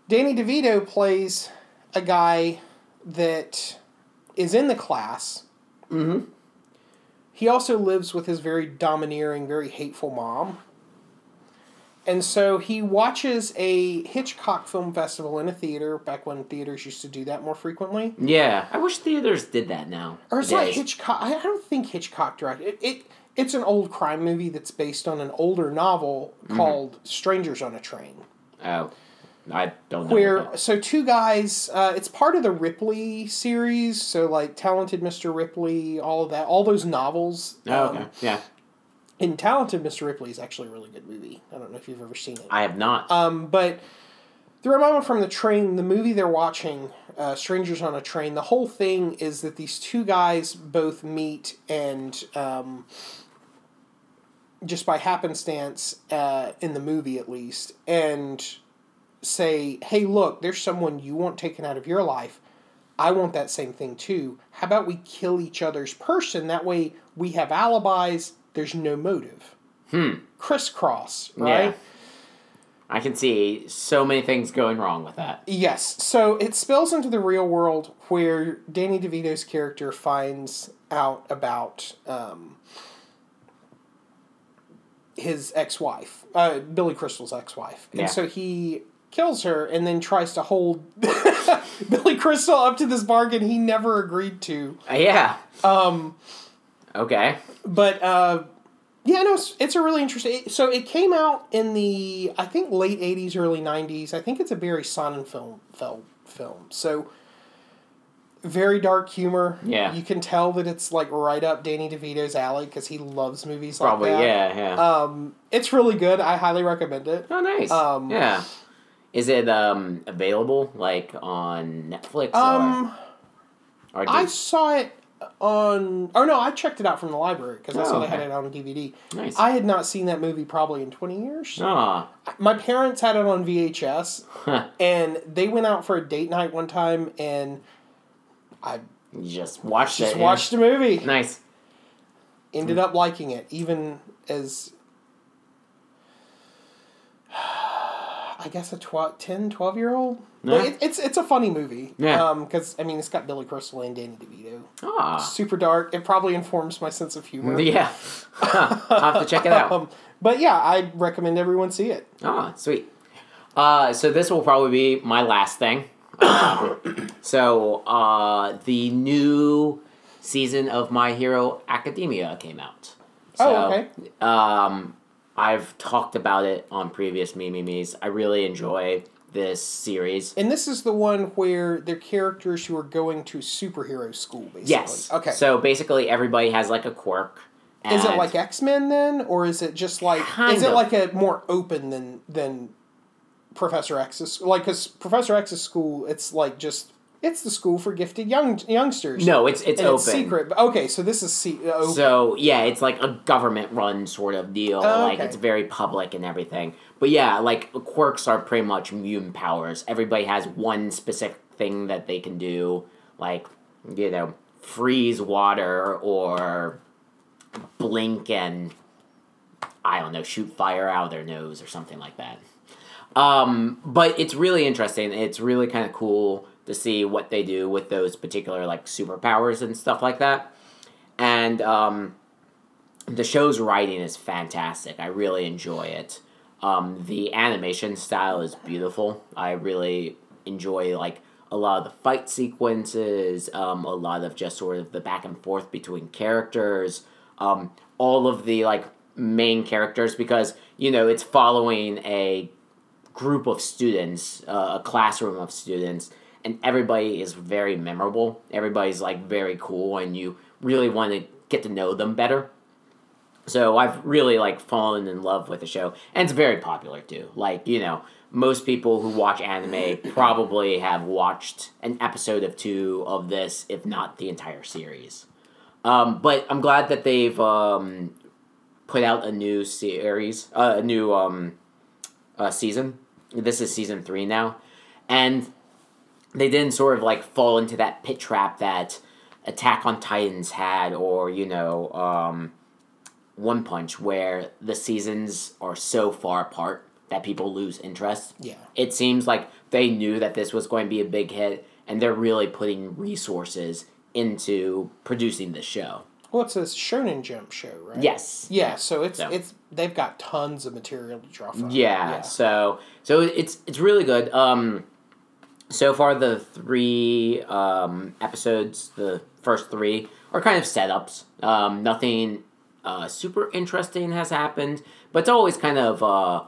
A: Danny DeVito plays a guy that is in the class. Mm-hmm. He also lives with his very domineering, very hateful mom. And so he watches a Hitchcock Film Festival in a theater, back when theaters used to do that more frequently.
B: Yeah. I wish theaters did that now.
A: Or it's not
B: Days.
A: Hitchcock. I I don't think Hitchcock directed it. it it's an old crime movie that's based on an older novel called Strangers on a Train.
B: Oh, I don't know.
A: where
B: what
A: so two guys uh, it's part of the ripley series so like talented mr ripley all of that all those novels
B: that- Oh,
A: um,
B: okay. Yeah.
A: and talented mr ripley is actually a really good movie i don't know if you've ever seen it
B: I have not.
A: um, but the mama from the train the movie they're watching uh, strangers on a train the whole thing is that these two guys both meet and um, just by happenstance uh, in the movie at least and say hey look there's someone you want taken out of your life i want that same thing too how about we kill each other's person that way we have alibis there's no motive hmm crisscross right
B: Yeah. I can see so many things going wrong with that.
A: Yes. So it spills into the real world where Danny DeVito's character finds out about um, his ex wife, uh, Billy Crystal's ex wife.
B: Yeah.
A: And so he kills her and then tries to hold Billy Crystal up to this bargain he never agreed to.
B: Uh, yeah.
A: Um,
B: Okay.
A: but uh, yeah, no, it's, it's a really interesting. So it came out in the I think late '80s, early '90s. I think it's a Barry Sonnenfeld film, film. So very dark humor.
B: Yeah.
A: you can tell that it's like right up Danny DeVito's alley because he loves movies
B: Probably.
A: like that.
B: Yeah. Yeah.
A: Um, it's really good. I highly recommend it.
B: Oh, nice.
A: Um,
B: yeah. Is it um available like on Netflix
A: Um,
B: or, or
A: I
B: did-
A: saw it on. Oh no, I checked it out from the library because I
B: Oh,
A: saw they had
B: okay.
A: it on DVD.
B: nice?
A: I had not seen that movie probably in twenty years.
B: Ah,
A: My parents had it on VHS,
B: huh.
A: and they went out for a date night one time and i
B: you just watched
A: just
B: it. yeah.
A: watched a movie
B: Nice.
A: ended up liking it even as i guess a tw- 10 12 year old
B: Yeah.
A: Like, it, it's it's a funny movie
B: Yeah.
A: because i mean it's got billy crystal and danny devito
B: Ah,
A: super dark it probably informs my sense of humor
B: yeah. Huh. I'll have to check it out.
A: um, but yeah i recommend everyone see it
B: Ah, sweet. Uh, so this will probably be my last thing. Um, so uh, the new season of My Hero Academia came out. So,
A: oh okay
B: Um, I've talked about it on previous Mimimis. I really enjoy this series.
A: And this is the one where they're characters who are going to superhero school, basically.
B: Yes.
A: Okay.
B: So basically, everybody has like a quirk.
A: is it
B: and-
A: like X Men then, or is it just like
B: Kind
A: is it
B: of.
A: like a more open than than Professor X's? Like, because Professor X's school, it's like just it's the school for gifted young youngsters.
B: No, it's it's
A: and
B: open.
A: it's secret. But okay, so this is se- uh, open.
B: So yeah, it's like a government run sort of deal.
A: Oh,
B: Like
A: okay.
B: it's very public and everything. But yeah, like quirks are pretty much mutant powers. Everybody has one specific thing that they can do, like you know, freeze water or blink and I don't know, shoot fire out of their nose or something like that. Um, but it's really interesting. It's really kind of cool to see what they do with those particular like superpowers and stuff like that. And um, the show's writing is fantastic. I really enjoy it. Um, the animation style is beautiful. I really enjoy like a lot of the fight sequences, um, a lot of just sort of the back and forth between characters, um, all of the like main characters because you know it's following a group of students, uh, a classroom of students, and everybody is very memorable. Everybody's like very cool, and you really want to get to know them better. So I've really like fallen in love with the show, and it's very popular too. Like you know, most people who watch anime probably have watched an episode of two of this, if not the entire series. Um, but I'm glad that they've um, put out a new series, uh, a new um, uh, season. This is season three now, and they didn't sort of like fall into that pit trap that Attack on Titans had, or you know, um, One Punch, where the seasons are so far apart that people lose interest.
A: Yeah.
B: It seems like they knew that this was going to be a big hit, and they're really putting resources into producing this show.
A: Well, it's a Shonen Jump show, right?
B: Yes.
A: Yeah. So it's
B: So-
A: it's they've got tons of material to draw from.
B: Yeah, So so it's it's really good. Um, so far the three um, episodes, the first three are kind of setups. Um, nothing uh, super interesting has happened, but it's always kind of uh,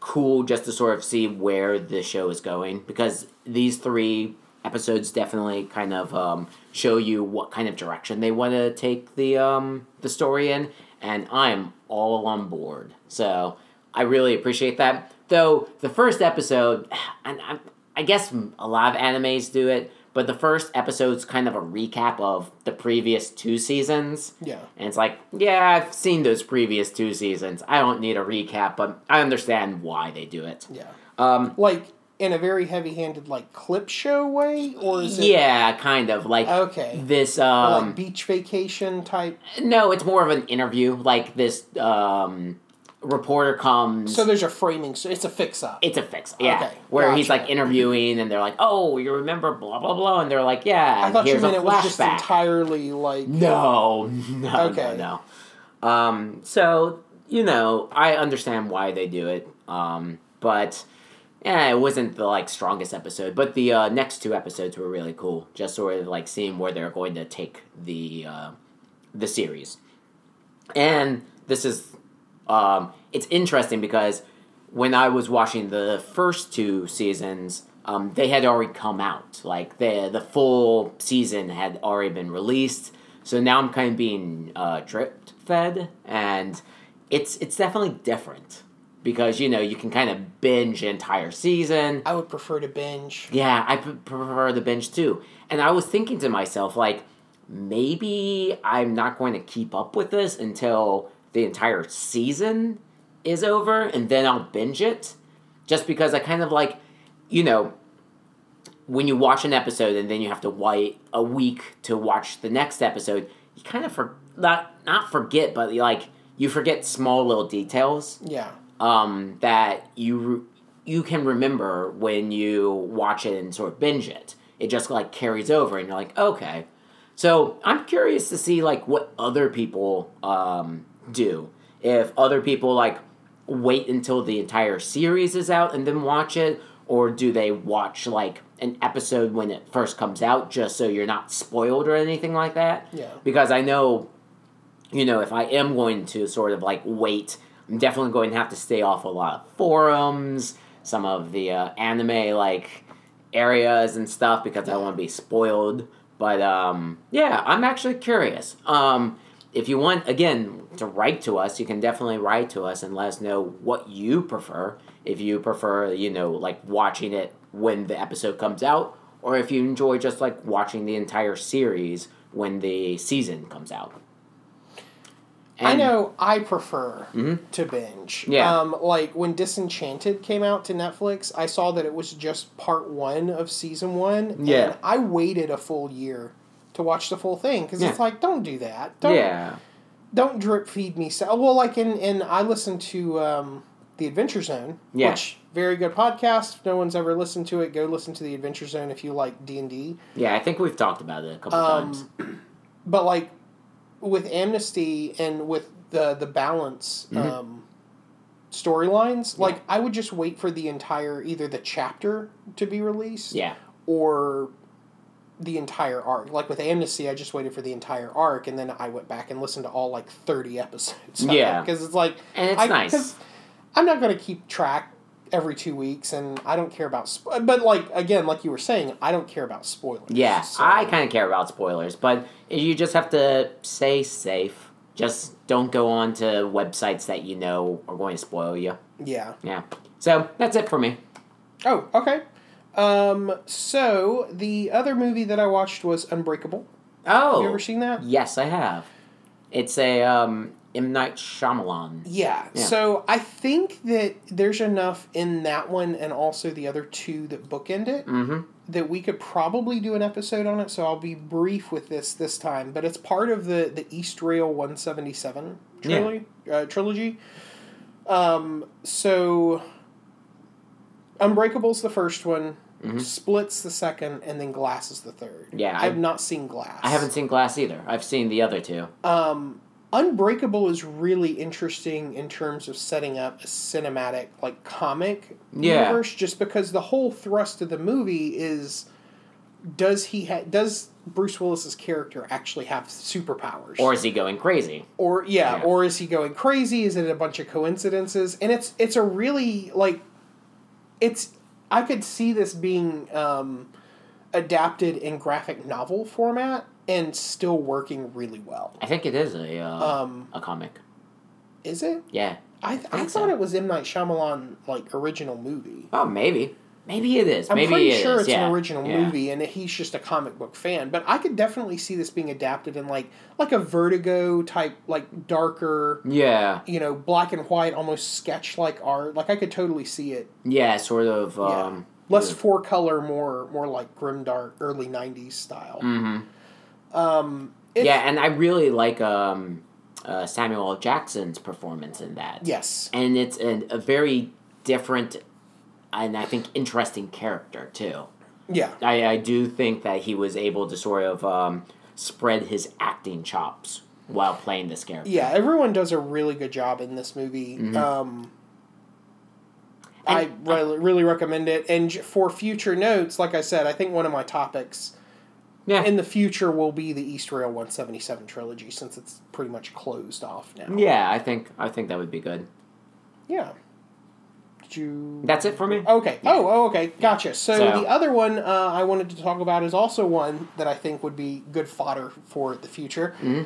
B: cool just to sort of see where the show is going because these three episodes definitely kind of um, show you what kind of direction they want to take the um, the story in, and I'm all on board. So I really appreciate that. Though the first episode, and I, I guess a lot of animes do it, but the first episode's kind of a recap of the previous two seasons.
A: Yeah.
B: And it's like, yeah, I've seen those previous two seasons. I don't need a recap, but I understand why they do it.
A: Yeah.
B: Um,
A: Like in a very heavy-handed, like clip show way, or is it
B: yeah, kind of like
A: Okay.
B: this.
A: like
B: Um,
A: beach vacation type?
B: no, it's more of an interview. Like this um, reporter comes.
A: So there's a framing. So it's a fix-up.
B: it's a fix, yeah.
A: Okay,
B: where he's
A: gotcha.
B: like interviewing, and they're like, "Oh, you remember blah blah blah," and they're like, "Yeah."
A: I
B: and
A: thought you
B: here's
A: meant
B: a
A: it was just
B: flashback.
A: entirely like
B: No, no,
A: Okay.
B: no, no. Um, so you know, I understand why they do it. Um, but yeah, it wasn't the like strongest episode, but the uh, next two episodes were really cool. Just sort of like seeing where they're going to take the uh, the series, and this is um, it's interesting because when I was watching the first two seasons, um, they had already come out. Like the the full season had already been released. So now I'm kind of being uh, drip fed, and it's it's definitely different because you know you can kind of binge an entire season.
A: I would prefer to binge.
B: Yeah, I pre- prefer the bench too. And I was thinking to myself, like, maybe I'm not going to keep up with this until the entire season is over and then I'll binge it. Just because I kind of like, you know, when you watch an episode and then you have to wait a week to watch the next episode, you kind of for not not forget, but like you forget small little details
A: Yeah.
B: um, that you you can remember when you watch it and sort of binge it. It just like carries over, and you're like, okay. So I'm curious to see like what other people um, do. If other people like wait until the entire series is out and then watch it, or do they watch like an episode when it first comes out just so you're not spoiled or anything like that?
A: Yeah.
B: Because I know you know, if I am going to sort of like wait, I'm definitely going to have to stay off a lot of forums. some of the uh, anime like areas and stuff because I don't want to be spoiled. But um, yeah, I'm actually curious. Um, if you want, again, to write to us, you can definitely write to us and let us know what you prefer. If you prefer, you know, like watching it when the episode comes out, or if you enjoy just like watching the entire series when the season comes out.
A: I
B: And- Mm-hmm.
A: know I prefer to binge.
B: Yeah.
A: Um, like when Disenchanted came out to Netflix, I saw that it was just part one of season one.
B: Yeah.
A: And I waited a full year to watch the full thing because it's
B: Yeah.
A: like, don't do that. Don't,
B: yeah.
A: don't drip feed me. So, well, like in, in I listened to um, the Adventure Zone,
B: Yeah.
A: which very good podcast. If no one's ever listened to it, go listen to the Adventure Zone if you like D and D.
B: Yeah, I think we've talked about it a couple
A: Um,
B: times.
A: but like with amnesty and with the the balance um, storylines like i would just wait for the entire either the chapter to be released
B: Yeah.
A: or the entire arc like with amnesty i just waited for the entire arc and then i went back and listened to all like 30 episodes
B: Yeah.
A: because it's like
B: And it's
A: I,
B: nice.
A: 'cause i'm not going to keep track every two weeks and i don't care about sp- but like again like you were saying i don't care about spoilers
B: Yeah,
A: So-
B: I kind of care about spoilers, but you just have to stay safe. Just don't go on to websites that you know are going to spoil you.
A: yeah
B: Yeah. So that's it for me.
A: Oh, okay. Um, so the other movie that I watched was Unbreakable.
B: Oh.
A: You ever seen that?
B: Yes, I have. It's a um, M Night Shyamalan.
A: Yeah.
B: Yeah.
A: So I think that there's enough in that one and also the other two that bookend it
B: Mm-hmm.
A: that we could probably do an episode on it. So I'll be brief with this this time, but it's part of the the East Rail 177
B: Yeah.
A: trilogy. Uh, trilogy. Um, so Unbreakable's the first one. Splits the second, and then Glass is the third.
B: Mm-hmm. Yeah, I-
A: I've not seen Glass.
B: I haven't seen Glass either. I've seen the other two.
A: Um, Unbreakable is really interesting in terms of setting up a cinematic, like comic
B: Yeah.
A: universe, just because the whole thrust of the movie is does he ha- does Bruce Willis's character actually have superpowers,
B: Or is he going crazy?
A: or yeah,
B: Yeah.
A: or is he going crazy? Is it a bunch of coincidences? And it's it's a really like it's I could see this being um, adapted in graphic novel format and still working really well.
B: I think it is a uh,
A: Um,
B: a comic.
A: is it?
B: Yeah.
A: I, I
B: think
A: thought
B: so.
A: it was M Night Shyamalan like original movie.
B: Oh, maybe. Maybe it is.
A: I'm
B: maybe
A: pretty
B: it
A: sure
B: is,
A: it's
B: yeah.
A: an original
B: Yeah.
A: movie, and he's just a comic book fan. But I could definitely see this being adapted in like like a Vertigo type, like darker,
B: Yeah.
A: you know, black and white, almost sketch like art. Like I could totally see it.
B: Yeah, sort of.
A: Yeah.
B: Um,
A: Less four color, more more like grimdark, early '90s style.
B: hmm
A: Um, it's-
B: Yeah, and I really like um, uh, Samuel L. Jackson's performance in that.
A: Yes.
B: And it's an, a very different and I think interesting character, too.
A: Yeah.
B: I, I do think that he was able to sort of um, spread his acting chops while playing this character.
A: Yeah. Everyone does a really good job in this movie. Um, I
B: And- uh,
A: really, really recommend it. And j- for future notes, like I said, I think one of my topics
B: Yeah.
A: in the future will be the East Rail 177 trilogy since it's pretty much closed off now.
B: yeah, I think I think that would be good.
A: Yeah. Did you.
B: That's it for me.
A: Okay. Oh, oh, okay. Gotcha. So,
B: So-
A: the other one uh, I wanted to talk about is also one that I think would be good fodder for the future.
B: Mm-hmm.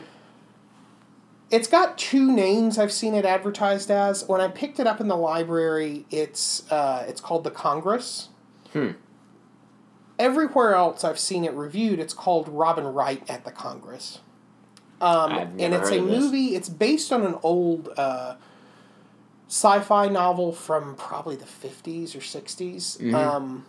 A: It's got two names I've seen it advertised as. When I picked it up in the library, it's uh, it's called the Congress.
B: Hmm.
A: Everywhere else I've seen it reviewed, it's called Robin Wright at the Congress. Um,
B: I've never
A: and it's
B: heard
A: a
B: of this.
A: movie. It's based on an old. Uh, sci-fi novel from probably the 50s or 60s.
B: Mm-hmm.
A: Um,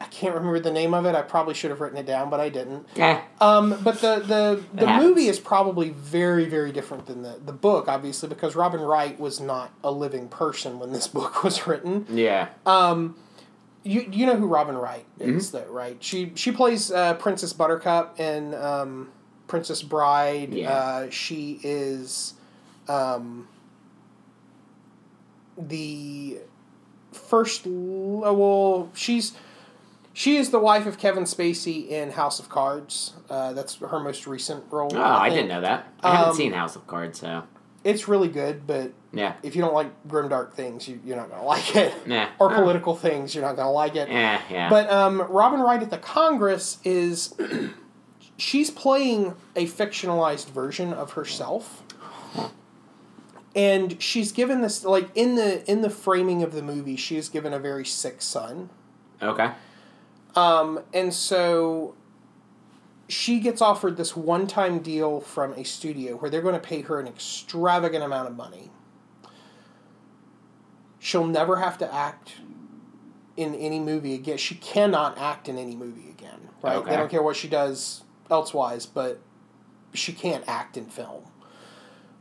A: I can't remember the name of it. I probably should have written it down, but I didn't.
B: Yeah.
A: Um, but the the, the
B: happens.
A: movie is probably very very different than the the book, obviously, because Robin Wright was not a living person when this book was written.
B: Yeah.
A: You you know who Robin Wright is,
B: Mm-hmm.
A: though, right? She she plays uh, Princess Buttercup and um, Princess Bride.
B: Yeah.
A: Uh, she is um, the first. l- uh, Well, she's she is the wife of Kevin Spacey in House of Cards. Uh, that's her most recent role.
B: oh, I
A: think.
B: didn't know that. I haven't
A: Um,
B: seen House of Cards, so.
A: it's really good, but
B: Yeah.
A: if you don't like grimdark things, you, you're not going to like it.
B: Nah.
A: Or
B: Nah.
A: political things, you're not going to like it.
B: Yeah, Eh, yeah.
A: But um, Robin Wright at the Congress is she's playing a fictionalized version of herself. And she's given this like in the in the framing of the movie, she is given a very sick son.
B: okay.
A: Um, and so she gets offered this one time deal from a studio where they're going to pay her an extravagant amount of money. She'll never have to act in any movie again. She cannot act in any movie again, right? They
B: Okay.
A: don't care what she does elsewise, but she can't act in film.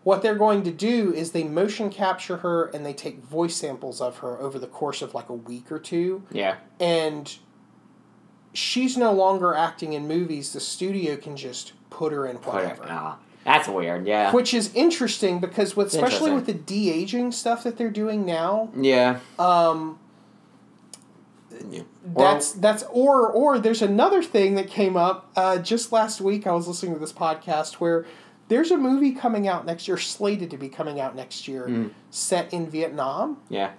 A: What they're going to do is they motion capture her and they take voice samples of her over the course of like a week or two
B: Yeah.
A: and she's no longer acting in movies. The studio can just put her in
B: Put it-
A: whatever,
B: aw, Oh, that's weird. Yeah.
A: which is interesting because with especially
B: Interesting.
A: with the de aging stuff that they're doing now,
B: yeah.
A: um,
B: Yeah.
A: that's that's or or there's another thing that came up uh, just last week. I was listening to this podcast where. There's a movie coming out next year, slated to be coming out next year,
B: Mm.
A: set in Vietnam.
B: yeah.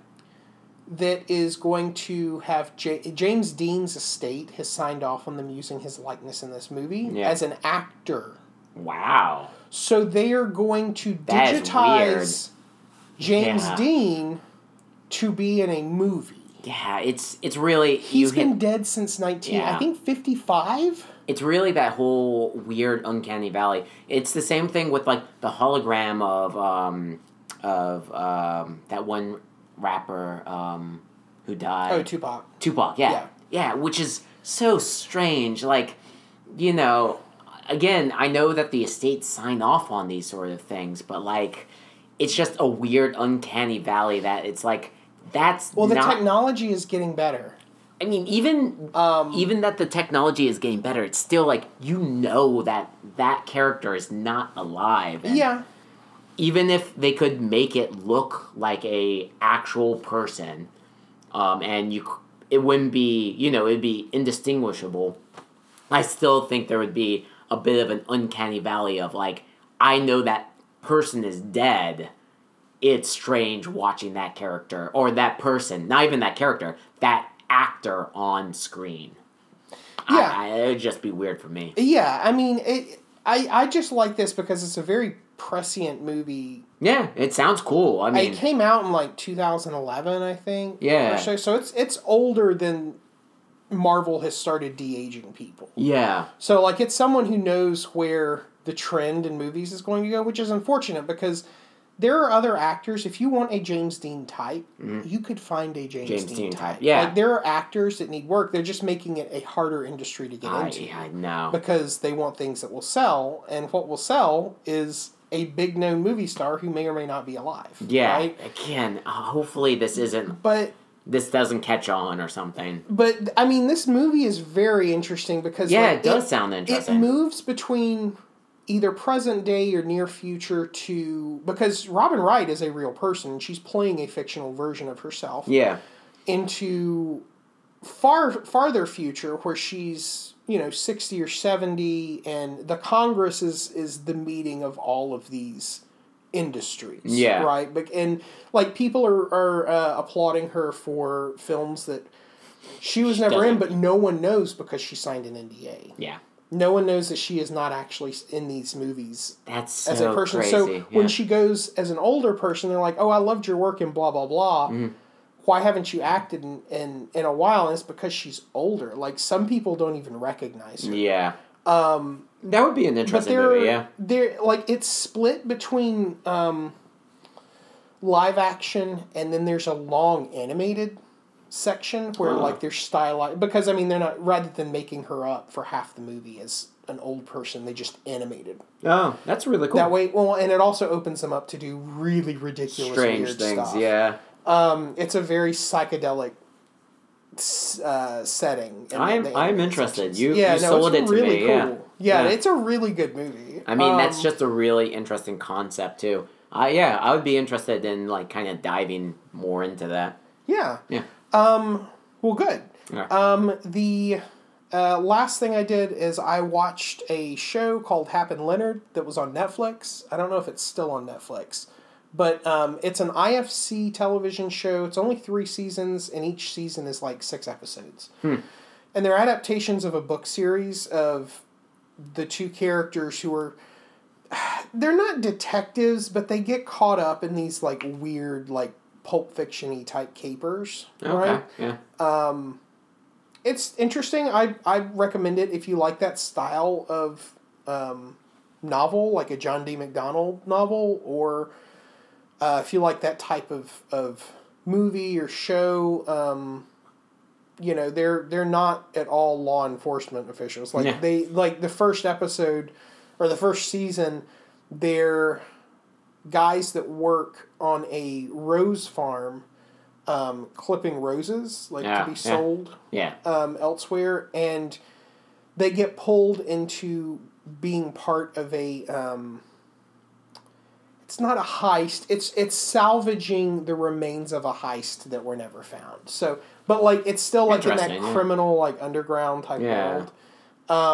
A: that is going to have J- James Dean's estate has signed off on them using his likeness in this movie
B: Yeah.
A: as an actor.
B: Wow.
A: So they are going to
B: That is
A: digitize James
B: Yeah.
A: Dean to be in a movie.
B: Yeah. It's it's really
A: He's
B: you hit-
A: been dead since 19 I
B: Yeah.
A: think 55.
B: it's really that whole weird uncanny valley. It's the same thing with like the hologram of um of um that one rapper um who died.
A: Oh, Tupac.
B: Tupac, yeah. yeah. which is so strange. Like, you know, again, I know that the estates sign off on these sort of things, but like, it's just a weird, uncanny valley that it's like, that's
A: Well, the
B: not.
A: technology is getting better.
B: I mean, even
A: Um,
B: even that the technology is getting better, it's still like you know that that character is not alive. and
A: yeah.
B: even if they could make it look like a actual person, um, and you, c- it wouldn't be, you know, it'd be indistinguishable. I still think there would be a bit of an uncanny valley of like, I know that person is dead. It's strange watching that character or that person, not even that character, that actor on screen. I-
A: Yeah.
B: I, it would just be weird for me.
A: Yeah, I mean, it, I I just like this because it's a very prescient movie
B: Yeah, it sounds cool. I mean,
A: it came out in like 2011, I think.
B: Yeah.
A: or so, so it's it's older than Marvel has started de aging people.
B: yeah,
A: So like it's someone who knows where the trend in movies is going to go, which is unfortunate because there are other actors. If you want a James Dean type, you could find a James,
B: Mm-hmm. James
A: Dean,
B: Dean
A: type.
B: type, yeah.
A: like there are actors that need work. They're just making it a harder industry to get
B: I,
A: into
B: I know.
A: because they want things that will sell, and what will sell is a big known movie star who may or may not be alive.
B: Yeah.
A: right?
B: Again, uh, hopefully this isn't
A: But
B: this doesn't catch on or something.
A: but I mean, this movie is very interesting because
B: Yeah,
A: like,
B: it does sound
A: It
B: interesting.
A: moves between either present day or near future to because Robin Wright is a real person. She's playing a fictional version of herself
B: yeah.
A: into far farther future where she's you know 60 or 70 and the congress is is the meeting of all of these industries
B: Yeah.
A: right Bec- and like people are are uh, applauding her for films that she was never in
B: doesn't-
A: but no one knows because she signed an nda
B: Yeah.
A: no one knows that she is not actually in these movies
B: That's so
A: as a person.
B: crazy.
A: So
B: yeah.
A: when she goes as an older person, they're like, "Oh, I loved your work in blah blah blah.
B: Mm-hmm.
A: Why haven't you acted in, in in a while?" And it's because she's older. Like some people don't even recognize her.
B: yeah. Um that would be an
A: But
B: interesting
A: they're
B: movie, yeah.
A: they're like it's split between um, live action and then there's a long animated section where
B: Oh.
A: like they're stylized because I mean they're not rather than making her up for half the movie as an old person, they just animated
B: Oh, that's really cool.
A: That way, well, and it also opens them up to do really ridiculous,
B: Strange
A: weird
B: things,
A: stuff.
B: yeah.
A: um, it's a very psychedelic s- uh, setting. in
B: I'm-
A: the
B: I'm
A: animated
B: interested.
A: sections.
B: You- you sold it to
A: really
B: me, yeah.
A: cool. Yeah.
B: Yeah.
A: it's a really good movie.
B: I mean,
A: Um,
B: that's just a really interesting concept too. I yeah, I would be interested in like kind of diving more into that.
A: yeah.
B: Yeah.
A: Um, well, good.
B: Yeah.
A: Um, the Uh, last thing I did is I watched a show called Happen Leonard that was on Netflix. I don't know if it's still on Netflix, but um, it's an IFC television show. It's only three seasons, and each season is like six episodes. And they're adaptations of a book series of the two characters who are they're not detectives, but they get caught up in these like weird like pulp fictiony type capers,
B: Okay.
A: right?
B: Yeah.
A: it's interesting. I I recommend it if you like that style of um, novel, like a John D. McDonald novel, or uh, if you like that type of of movie or show. Um, you know, they're they're not at all law enforcement officials. Like
B: Yeah.
A: they like the first episode or the first season, they're guys that work on a rose farm um, clipping roses like
B: Yeah,
A: to be
B: yeah.
A: sold
B: Yeah.
A: um, elsewhere, and they get pulled into being part of a. Um, it's not a heist. It's it's salvaging the remains of a heist that were never found. So, but like it's still like in that
B: Interesting, yeah.
A: criminal like underground type
B: Yeah.
A: world. Um,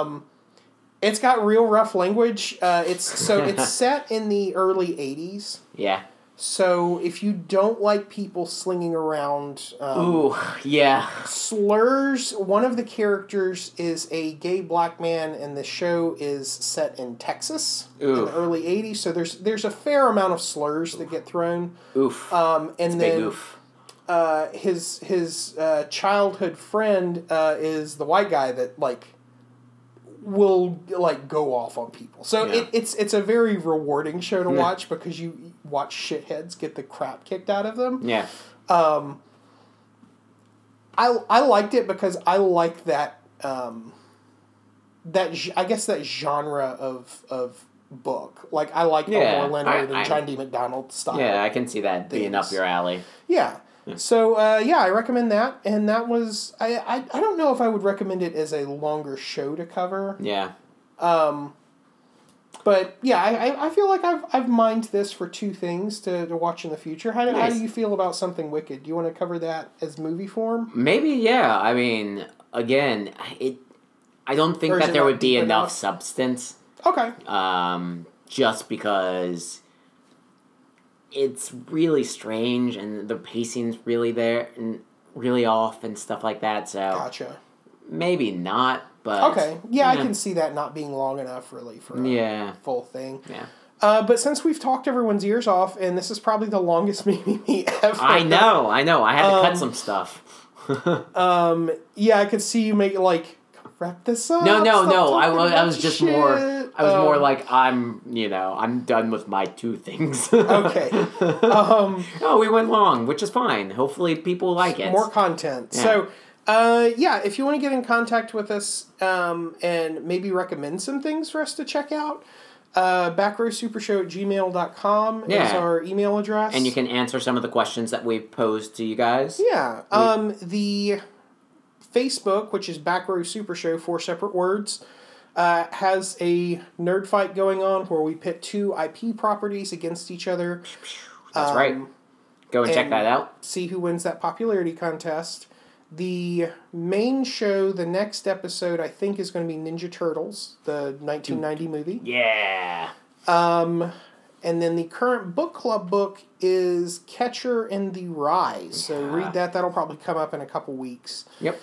A: it's got real rough language. Uh, it's so it's set in the early '80s.
B: Yeah.
A: So if you don't like people slinging around, um,
B: Ooh. Yeah.
A: slurs one of the characters is a gay black man and the show is set in Texas in
B: Ooh.
A: the early 80s so there's there's a fair amount of slurs that get thrown
B: Oof.
A: um, and
B: Big
A: then
B: oof.
A: uh, his his uh, childhood friend uh, is the white guy that like will like go off on people so
B: Yeah. Mm.
A: it, it's it's a very rewarding show to watch because you watch shitheads get the crap kicked out of them
B: Yeah.
A: I I liked it because I like that um, that ge- I guess that genre of of book. Like I like
B: Yeah,
A: Elmore Leonard
B: I- I-
A: and John D. McDonald style.
B: Yeah. I can see that being up
A: Things.
B: your alley.
A: Yeah. So uh, yeah, I recommend that, and that was I, I I don't know if I would recommend it as a longer show to cover,
B: Yeah.
A: but yeah, I, I- I feel like I've I've mined this for two things to, to watch in the future. How do, how
B: Nice.
A: do you feel about something wicked? Do you want to cover that as movie form?
B: Maybe. Yeah. I mean, again, it. I don't think
A: Or is
B: that
A: it
B: there
A: not
B: would be
A: deep
B: enough,
A: enough?
B: substance.
A: Okay.
B: Um. Just because. It's really strange, and the pacing's really there, and really off, and stuff like that. So
A: Gotcha.
B: maybe not, but
A: Okay. Yeah, I can see that not being long enough really for a
B: Yeah,
A: full thing.
B: yeah.
A: Uh, but since we've talked everyone's ears off, and this is probably the longest maybe me ever.
B: I know, I know. I had to
A: Um,
B: cut some stuff.
A: Yeah, I could see you make like wrap this up.
B: No, no,
A: stop
B: no. I
A: talking
B: was, I
A: about
B: was just
A: shit.
B: more. I was
A: Um,
B: more like I'm. You know, I'm done with my two things.
A: okay, um,
B: No, we went long, which is fine. Hopefully, people like it.
A: more content.
B: Yeah.
A: So. Uh, yeah, if you want to get in contact with us um, and maybe recommend some things for us to check out, uh, backrowsupershow at gmail.com is
B: Yeah.
A: our email address.
B: and you can answer some of the questions that we've posed to you guys.
A: Yeah. Um, the Facebook, which is Back Row Super Show, four separate words, uh, has a nerd fight going on where we pit two IP properties against each other,
B: That's right. Go and, check
A: and-
B: that out.
A: see who wins that popularity contest. The main show, the next episode, I think, is going to be Ninja Turtles, the 1990 movie.
B: Yeah.
A: And then the current book club book is Catcher in the Rye. So
B: Yeah.
A: read that. That'll probably come up in a couple weeks.
B: Yep.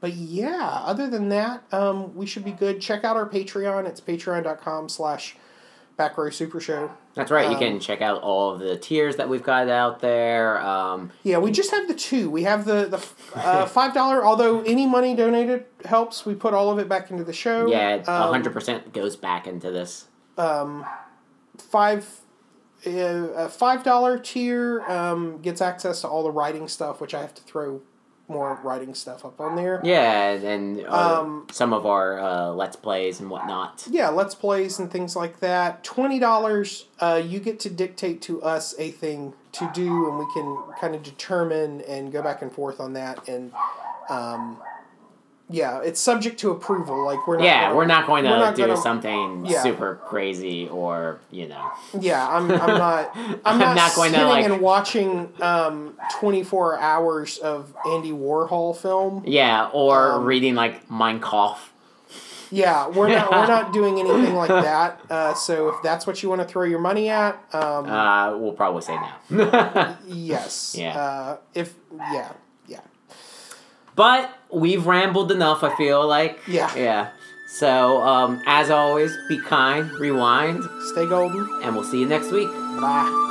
A: but yeah other than that um, we should be good check out our patreon it's patreon.com slash back row super show
B: That's right. you
A: Um,
B: can check out all of the tiers that we've got out there. Um,
A: yeah we just have the two we have the, the uh, five dollar although any money donated helps we put all of it back into the show
B: yeah,
A: Um,
B: hundred percent goes back into this.
A: five uh, a five dollar tier um, gets access to all the writing stuff which i have to throw more writing stuff up on there
B: Yeah, and uh,
A: Um,
B: some of our uh, let's plays and whatnot.
A: yeah, let's plays and things like that. Twenty dollars, uh, you get to dictate to us a thing to do, and we can kind of determine and go back and forth on that. And um, yeah, it's subject to approval. Like we're not
B: yeah,
A: gonna-
B: we're not going to
A: we're not
B: do
A: gonna-
B: something
A: yeah.
B: super crazy or you know.
A: Yeah, I'm. I'm not. I'm, not, going to
B: like-
A: and watching um, 24 hours of Andy Warhol film.
B: Yeah, or
A: Um,
B: reading like Mein Kampf.
A: Yeah, we're not. We're not doing anything like that. Uh, so if that's what you want to throw your money at, um,
B: Uh, we'll probably say no.
A: yes.
B: yeah.
A: Uh, if yeah, yeah,
B: but we've rambled enough. I feel like.
A: Yeah.
B: Yeah. So um, as always, be kind, rewind,
A: stay golden.
B: and we'll see you next week.
A: Bye.